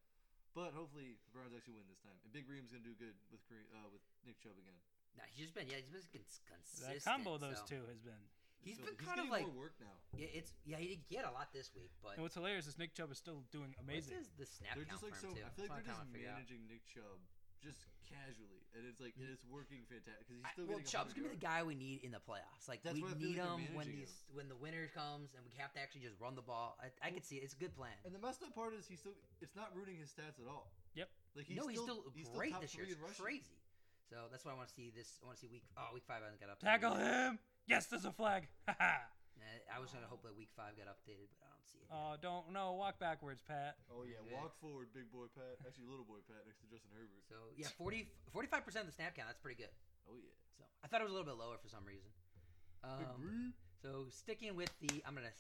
S2: But hopefully, the Browns actually win this time. And Big Ream's gonna do good with Kare- uh, with Nick Chubb again.
S1: no, he's just been yeah, he's been cons- consistent.
S3: That combo of those
S1: so-
S3: two has been.
S1: He's
S2: So
S1: been kind of
S2: getting
S1: like
S2: more work now.
S1: yeah, it's yeah, he did get a lot this week, but
S3: And what's hilarious is Nick Chubb is still doing
S1: what's
S3: amazing.
S1: his- the snap
S2: They're
S1: count
S2: just like
S1: for
S2: so.
S1: him too?
S2: I feel like
S1: That's
S2: they're
S1: what I'm trying to
S2: just
S1: figure out.
S2: managing Nick Chubb just casually, and it's like and it's working fantastic because he's
S1: I-
S2: still
S1: well,
S2: getting.
S1: Chubb's gonna be the
S2: 100
S1: guy we need in the playoffs. Like
S2: That's
S1: we
S2: why I feel
S1: need
S2: like they're
S1: him when
S2: managing
S1: these when the winter comes, and we have to actually just run the ball. I, I could see it. it's a good plan.
S2: And the messed up part is he's still it's not rooting his stats at all.
S3: Yep.
S2: Like
S1: no, he's still great
S2: top
S1: this year.
S2: three in
S1: It's
S2: rushing.
S1: crazy. So that's why I want to see this. I want to see week oh week five. I haven't got updated.
S3: Tackle him! Yes, there's a flag. [LAUGHS] Ha ha.
S1: Uh, I was gonna hope that week five got updated, but I don't see it. yet.
S3: Oh, don't no walk backwards, Pat.
S2: Oh yeah,
S1: Okay.
S2: walk forward, big boy Pat. Actually, little boy Pat next to Justin Herbert.
S1: so yeah, 45 percent of the snap count. That's pretty good.
S2: Oh yeah.
S1: So I thought it was a little bit lower for some reason.
S2: Big
S1: Um,
S2: Reem.
S1: so sticking with the, I'm gonna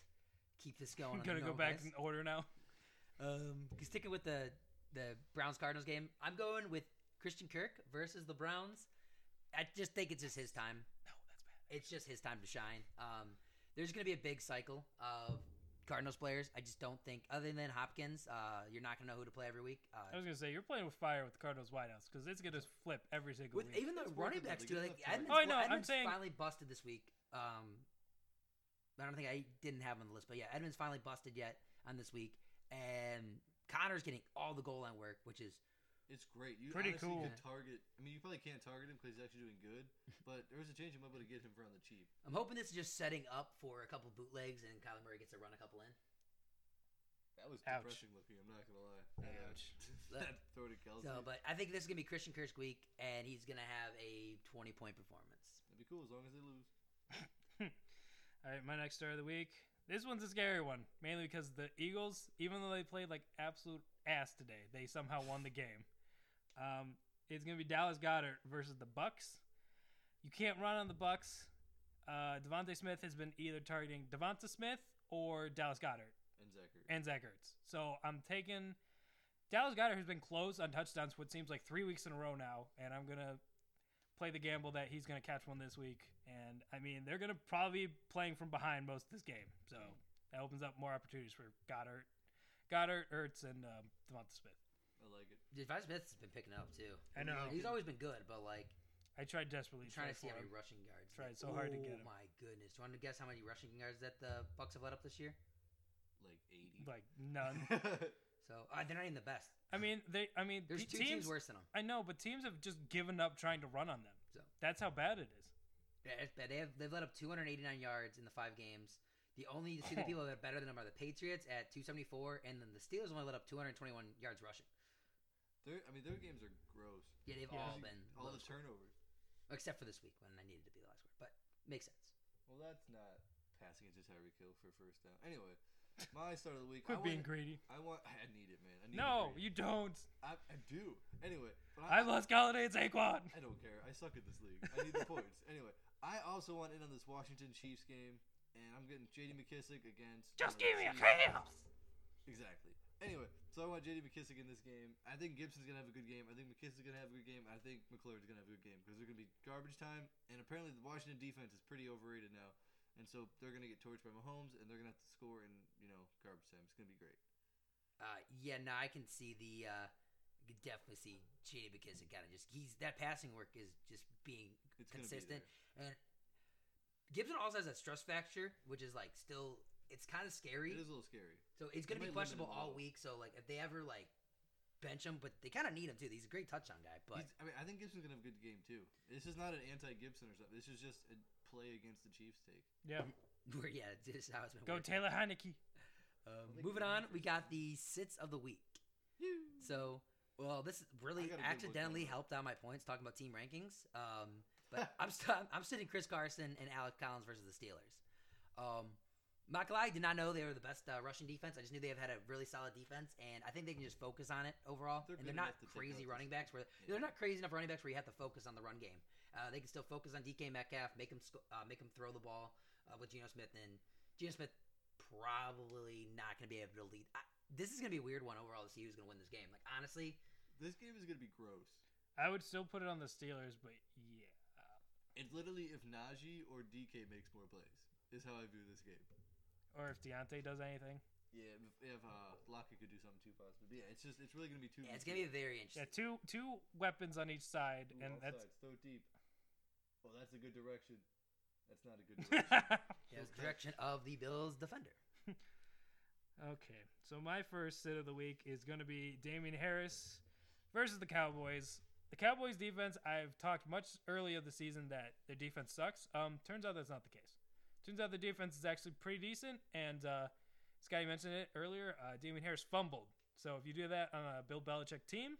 S1: keep this going. on
S3: I'm
S1: the
S3: [LAUGHS] gonna go
S1: normal
S3: back
S1: guys.
S3: in order now.
S1: Um, sticking with the the Browns Cardinals game, I'm going with Christian Kirk versus the Browns. I just think it's just his time.
S3: [LAUGHS] No, that's bad.
S1: It's just his time to shine. Um, there's going to be a big cycle of Cardinals players. I just don't think, other than Hopkins, uh, you're not going to know who to play every week.
S3: I
S1: Uh,
S3: was gonna say you're playing with fire with the Cardinals wideouts because it's gonna flip every single
S1: with
S3: week.
S1: even the
S2: It's
S1: running
S2: working, though.
S1: backs
S2: They
S1: too.
S2: give
S1: Like
S2: enough time.
S1: Edmonds,
S3: Oh, I know. I'm
S1: Edmonds
S3: saying-
S1: finally busted this week. Um, I don't think I didn't have him on the list, but yeah, Edmonds finally busted yet on this week, and Connor's getting all the goal line work, which is
S2: It's great. You
S3: Pretty
S2: honestly
S3: cool.
S2: could target. I mean, you probably can't target him because he's actually doing good. But there was a chance you might be able to get him for on the cheap.
S1: I'm hoping this is just setting up for a couple bootlegs and Kyler Murray gets to run a couple in.
S2: That was
S3: Ouch.
S2: depressing looking. I'm not gonna lie.
S3: Ouch.
S2: [LAUGHS] That throw to Kelsey.
S1: So, but I think this is gonna be Christian Kirk's week, and he's gonna have a 20 point performance.
S2: That'd be cool as long as they lose.
S3: All right, my next story of the week. This one's a scary one, mainly because the Eagles, even though they played like absolute ass today, they somehow won the game. Um, it's gonna be Dallas Goddard versus the Bucks. You can't run on the Bucks. Uh, Devonte Smith has been either targeting Devonta Smith or Dallas Goddard
S2: And Zachary.
S3: and Zach Ertz. So I'm taking Dallas Goddard, who's been close on touchdowns for what seems like three weeks in a row now, and I'm gonna play the gamble that he's gonna catch one this week. And I mean, they're gonna probably be playing from behind most of this game, so that opens up more opportunities for Goddard, Goddard, Ertz, and um, Devonta Smith.
S2: I like it.
S1: Devonta Smith's been picking up too.
S3: I know.
S1: He's always been good, but like
S3: I tried desperately.
S1: I'm trying to see
S3: for
S1: how many
S3: him.
S1: rushing yards. Like,
S3: Tried so hard to
S1: oh
S3: get him.
S1: my goodness! Do you want to guess how many rushing yards that the Bucks have let up this year?
S2: Like eighty.
S3: like
S2: [LAUGHS]
S3: none.
S1: So uh, they're not even the best.
S3: I mean, they. I mean,
S1: There's
S3: pe-
S1: two
S3: teams.
S1: teams worse than them.
S3: I know, but teams have just given up trying to run on them.
S1: So.
S3: That's how bad it is.
S1: Yeah, it's bad. They have they've let up 289 yards in the five games. The only
S3: [LAUGHS]
S1: two the people that are better than them are the Patriots at 274, and then the Steelers only let up 221 yards rushing.
S2: Their, I mean, their games are gross.
S1: Yeah, they've
S3: Yeah.
S1: all
S2: Because
S1: been
S2: you- all
S1: low
S2: the
S1: scoring.
S2: turnovers.
S1: except for this week when I needed to be the last word, but makes sense.
S2: Well, that's not passing it to Tyreek Hill for a first down. Anyway, my start of the week. I
S3: Quit being
S2: want,
S3: greedy.
S2: I want. I need it, man. I need
S3: No,
S2: it
S3: you don't.
S2: I, I do. Anyway, but
S3: I lost Galladay and Saquon.
S2: I don't care. I suck at this league. I need the points. [LAUGHS] Anyway, I also want in on this Washington Chiefs game, and I'm getting J.D. McKissick against.
S3: Just
S2: uh,
S3: give me a
S2: Chiefs.
S3: chaos.
S2: Exactly. Anyway, so I want J.D. McKissick in this game. I think Gibson's gonna have a good game. I think McKissick's gonna have a good game. I think McClure gonna have a good game because they're gonna be garbage time. And apparently, the Washington defense is pretty overrated now, and so they're gonna get torched by Mahomes, and they're gonna have to score in you know garbage time. It's gonna be great.
S1: Uh, yeah, no, I can see the. Uh, you can definitely see J.D. McKissick kind of just he's that passing work is just being
S2: It's
S1: consistent.
S2: Gonna be
S1: And Gibson also has a stress factor, which is like still it's kind of
S2: there.
S1: scary.
S2: It is a little scary.
S1: so it's gonna be
S2: might limit
S1: questionable
S2: him a
S1: all
S2: little.
S1: week. So like if they ever like bench him, but they kind of need him too. He's a great touchdown guy, but
S2: He's, I mean, I think Gibson's gonna have a good game too. This is not an anti-Gibson or something. This is just a play against the Chiefs take.
S3: Yeah,
S1: [LAUGHS] Where, yeah, this is how it's been.
S3: Go
S1: working.
S3: Taylor Heineke.
S1: Um,
S2: Like,
S1: moving
S2: you
S1: on,
S2: know,
S1: we
S2: for
S1: got
S2: example.
S1: the sits of the week. So, well, this really
S2: gotta Google what's
S1: accidentally
S2: going on.
S1: helped out my points talking about team rankings. Um, but I'm st- [LAUGHS] I'm sitting Chris Carson and Alec Collins versus the Steelers. Um, not gonna lie, I did not know they were the best uh, rushing defense. I just knew they have had a really solid defense, and I think they can just focus on it overall.
S2: They're
S1: and they're
S2: good
S1: not
S2: enough to take out
S1: crazy
S2: this-
S1: running backs. Where they're not crazy enough running backs where you have to focus on the run game. Uh, they can still focus on DK Metcalf, make him sc- uh, make him throw the ball uh, with Geno Smith, and Geno Smith probably not going to be able to lead. I, this is going to be a weird one overall to see who's going to win this game. Like honestly,
S2: This game is gonna be gross.
S3: I would still put it on the Steelers, but yeah.
S2: It literally, if Najee or DK makes more plays, is how I view this game.
S3: Or if Deontay does anything.
S2: Yeah, if, if uh, Lockett could do something too possible. But yeah, it's just it's really gonna be too.
S1: yeah, it's going to be very
S3: Yeah,
S1: interesting.
S3: two two weapons on each side, and that's
S2: so deep. Oh, that's a good direction. That's not a
S3: [LAUGHS]
S2: good direction.
S3: okay.
S1: Yeah, it's the direction of the Bills defender.
S3: So my first sit of the week is going to be Damien Harris versus the Cowboys. The Cowboys defense, I've talked much earlier the season that their defense sucks. Um, turns out that's not the case. Turns out the defense is actually pretty decent, and uh, Scotty mentioned it earlier. Uh, Damien Harris fumbled. So if you do that on a Bill Belichick team,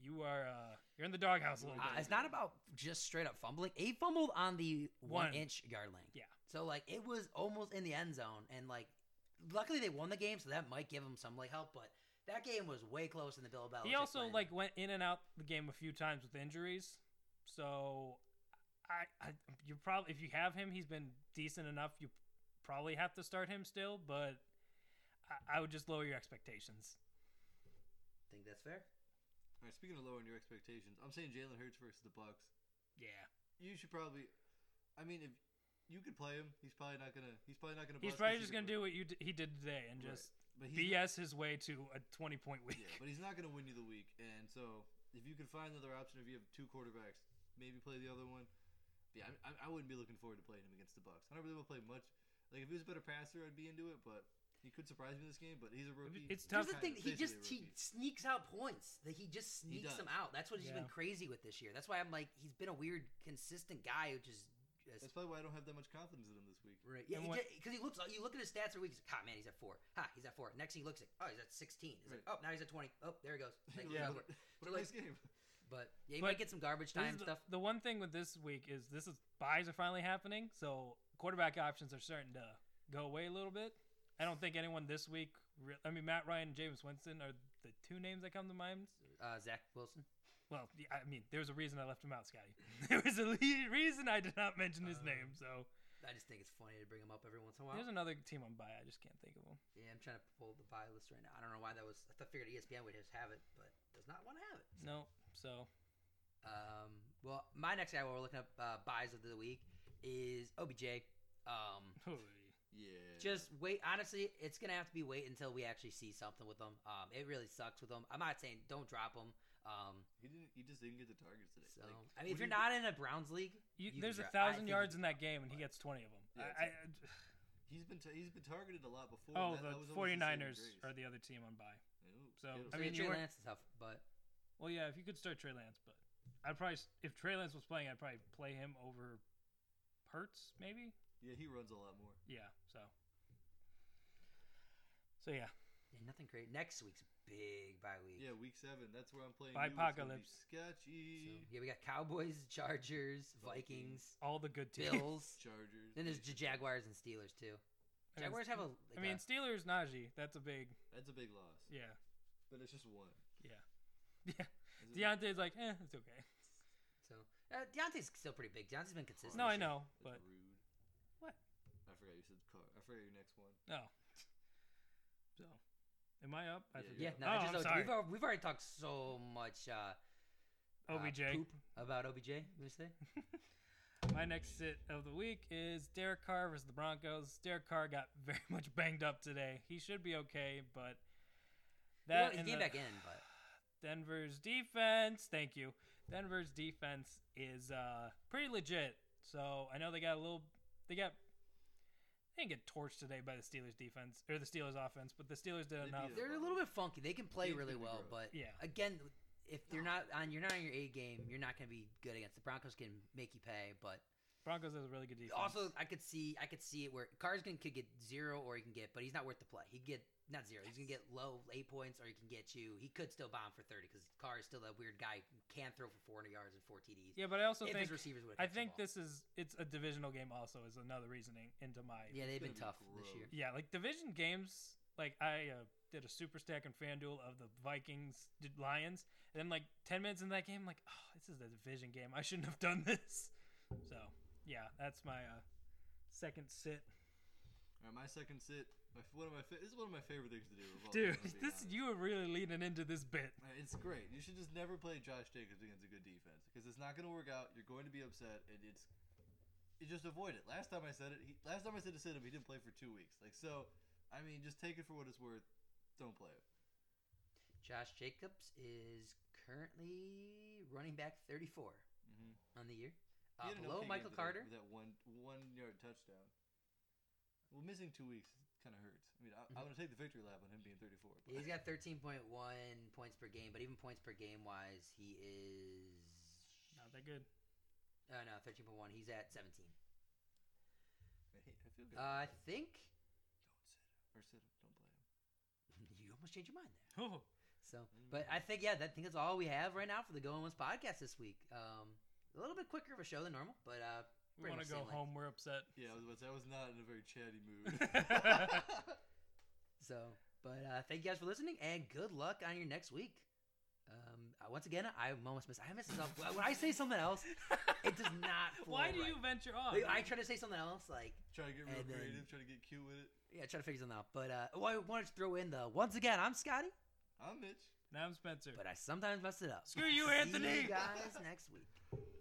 S3: you are uh, you're in the doghouse a little
S1: Uh,
S3: bit.
S1: it's not about just straight up fumbling. He fumbled on the one,
S3: One.
S1: inch yard line.
S3: Yeah.
S1: So like it was almost in the end zone, and like luckily they won the game, so that might give him some like help. But that game was way close in the Bill Belichick.
S3: He also
S1: win.
S3: like went in and out the game a few times with injuries, so I, I you probably if you have him, he's been decent enough. You probably have to start him still, but I, I would just lower your expectations.
S1: think that's fair.
S2: All right, speaking of lowering your expectations, I'm saying Jalen Hurts versus the Bucks.
S3: Yeah,
S2: You should probably. I mean, if you could play him, he's probably not gonna. He's probably not gonna.
S3: he's
S2: bust 'cause
S3: probably
S2: he
S3: just
S2: can
S3: gonna do what you d- he did today and
S2: Right.
S3: just
S2: run. But he's not-
S3: BS his way to a twenty point week.
S2: Yeah, but he's not going to win you the week. And so, if you could find another option, if you have two quarterbacks, maybe play the other one. But yeah, I, I, I wouldn't be looking forward to playing him against the Bucks. I don't really want to play much. Like if he was a better passer, I'd be into it. But he could surprise me this game. But he's a rookie.
S3: It's
S1: Here's
S3: tough.
S1: the
S2: Kind
S1: thing.
S2: of
S1: He just he
S2: essentially a rookie.
S1: sneaks out points. That he just
S2: He
S1: sneaks
S2: does.
S1: them out. That's what he's been
S3: Yeah.
S1: crazy with this year. That's why I'm like he's been a weird consistent guy who just.
S2: That's probably why I don't have that much confidence in him this week. [LAUGHS]
S1: Right. Yeah,
S3: And
S1: because
S3: what-
S1: he, looks. You look at his stats every week. He's like, ah, man, he's at four. Ha, he's at four. Next thing he looks like, oh, he's at sixteen. He's like, oh, now he's at twenty. Oh, there
S3: [LAUGHS]
S1: he goes. Like,
S2: Like, what
S3: Yeah.
S1: over.
S2: a- What
S1: So,
S2: a
S1: like-
S2: nice game.
S1: But yeah, you
S3: But
S1: might get some garbage
S3: This is
S1: time
S3: the,
S1: stuff.
S3: the one thing with this week is this is buys are finally happening, so quarterback options are starting to go away a little bit. I don't think anyone this week. Re- I mean, Matt Ryan and James Winston are the two names that come to mind.
S1: Uh, Zach Wilson.
S3: Well, y- I mean, there's a reason I left him out, Scotty. [LAUGHS] There was a le- reason I did not mention
S1: Um,
S3: his name. So
S1: I just think it's funny to bring him up every once in a while.
S3: there's another team on by. I just can't think of them.
S1: Yeah, I'm trying to pull the buy list right now. I don't know why that was. I thought- figured E ESPN would just have it, but does not want to have it.
S3: No, so
S1: Um, well, my next guy while we're looking up uh, buys of the week is OBJ. Um,
S2: Yeah.
S1: Just wait. Honestly, it's gonna have to be wait until we actually see something with them. Um, it really sucks with them. I'm not saying don't drop them. Um,
S2: he didn't. He just didn't get the targets today.
S1: so
S2: Like,
S1: I
S2: what
S1: mean, if
S2: do
S1: you're
S2: you-
S1: not in a Browns league,
S3: you,
S1: You
S3: there's a
S1: dra- I think
S3: thousand yards
S1: you
S3: in that game. and He gets twenty of them.
S2: Yeah,
S3: I, I,
S2: he's been t- he's been targeted a lot before.
S3: oh,
S2: That- that was
S3: the
S2: always the saving
S3: 49ers
S2: grace.
S3: are the other team on by.
S2: Ooh, Kittle.
S3: so, I
S1: I
S3: mean,
S1: mean,
S3: you
S1: Trey
S3: weren't-
S1: Lance is tough, but
S3: Well, yeah, if you could start Trey Lance, but I'd probably s- if Trey Lance was playing, I'd probably play him over Hurts, maybe.
S2: yeah, he runs a lot more.
S3: Yeah. So. So yeah,
S1: yeah, nothing great. Next week's big bye week.
S2: Yeah, week seven. That's where I'm playing.
S3: By
S2: you. It's gonna be
S3: apocalypse.
S1: So,
S2: Sketchy.
S1: yeah, we got Cowboys, Chargers, Vikings,
S3: all the good [LAUGHS] teams.
S1: Bills.
S2: Chargers.
S1: then there's the
S2: Pacers.
S1: Jaguars and Steelers too.
S3: I mean,
S1: Jaguars have a. Like
S3: I mean,
S1: a-
S3: Steelers, Najee. That's a big.
S2: That's a big loss.
S3: Yeah. [LAUGHS]
S2: But it's just one.
S3: Yeah.
S2: Is it-
S3: Deontay's like, eh, it's okay.
S1: Oh, so uh, Deontay's still pretty big. Deontay's been consistent.
S3: No,
S1: this
S3: I
S1: year.
S3: know,
S2: that's
S3: but
S2: rude.
S3: What?
S2: I forgot you said car. I forgot your next one.
S3: no. So, am I up? I
S2: Yeah,
S3: forget.
S1: Yeah, no,
S3: oh,
S1: I just
S3: I'm
S1: know-
S3: sorry.
S1: We've, al- we've already talked so much uh, uh,
S3: OBJ.
S1: poop about OBJ. You say?
S3: My next sit of the week is Derek Carr versus the Broncos. Derek Carr got [LAUGHS] very much banged up today. He should be okay, but
S1: Well,
S3: that
S1: he
S3: and
S1: came
S3: the-
S1: back in, but
S3: [SIGHS] Denver's defense, thank you. Denver's defense is uh, pretty legit. So I know they got a little, they got, they didn't get torched today by the Steelers defense or the Steelers offense, but the Steelers did
S2: They
S3: enough.
S2: beat
S1: they're a little bit funky. They can play
S2: He's
S1: really
S2: gonna be
S1: well, but
S2: gross.
S3: Yeah,
S1: again, if you're not on, you're not on your A game. You're not going to be good against the Broncos. Can make you pay, but
S3: Broncos has a really good defense.
S1: Also, I could see I could see it where Carsgan could get zero, or he can get, but he's not worth the play. He could get not zero. He's gonna get low eight points, or he can get you. He could still bomb for thirty because Carr is still that weird guy who can throw for four hundred yards and four TDs.
S3: yeah, but I also
S1: if
S3: think
S1: his receivers would.
S3: I think this is it's a divisional game. Also, is another reasoning into my
S1: Yeah, they've been
S2: gonna
S1: tough
S2: be
S1: this year.
S2: gross.
S3: Yeah, like division games. Like I uh, did a super stack and FanDuel of the Vikings d- Lions, and then like ten minutes in that game, like oh, this is a division game. I shouldn't have done [LAUGHS] this. So yeah, that's my uh, second sit,
S2: All right, my second sit. My, f- one of my fa- this is one of my favorite things to do. of all
S3: [LAUGHS]
S2: time,
S3: dude.
S2: to be
S3: This
S2: honest.
S3: you are really leaning into this bit.
S2: Uh, It's great. You should just never play Josh Jacobs against a good defense because it's not going to work out. You're going to be upset, and it's you just avoid it. Last time I said it, he, last time I said to sit him, he didn't play for two weeks. Like so, I mean, just take it for what it's worth. Don't play it.
S1: Josh Jacobs is currently running back thirty-four
S2: Mm-hmm.
S1: on the year, uh, below Michael Carter.
S2: with that one one yard touchdown. Well, missing two weeks kind of hurts. I mean, I, I'm going to take the victory lap on him being 34. but-
S1: He's got 13.1 points per game, but even points per game wise, he is.
S3: Not that good.
S1: Oh, no, 13.1. He's at 17.
S2: I hate- I feel good.
S1: Uh, I think. [LAUGHS]
S2: Don't sit him or sit him. Don't play him.
S1: You almost changed your mind there.
S3: [LAUGHS] Oh,
S1: So, but I think, yeah, that, I think that's all we have right now for the Going Once podcast this week. Um, a little bit quicker of a show than normal, but uh,
S3: we
S1: Pretty
S3: want
S1: much
S3: to go
S1: same length.
S3: home. We're upset. [LAUGHS]
S2: Yeah, I was, about to say, I was not in a very chatty [LAUGHS] mood.
S1: so, but uh, thank you guys for listening and good luck on your next week. Um, uh, once again, I almost miss. I miss something. when I say something
S3: [LAUGHS]
S1: else, it does not. Flow
S3: Why do
S1: right.
S3: you venture off?
S1: Like, I try to say something else, like
S2: try to get real
S1: And then-
S2: creative. Try to get cute with it.
S1: yeah, try to figure something out. But uh, well, I wanted to throw in the once again. I'm Scotty,
S2: I'm Mitch.
S3: and I'm Spencer.
S1: but I sometimes mess it up.
S3: Screw
S1: [LAUGHS]
S3: you,
S1: See you
S3: Anthony.
S1: guys next week.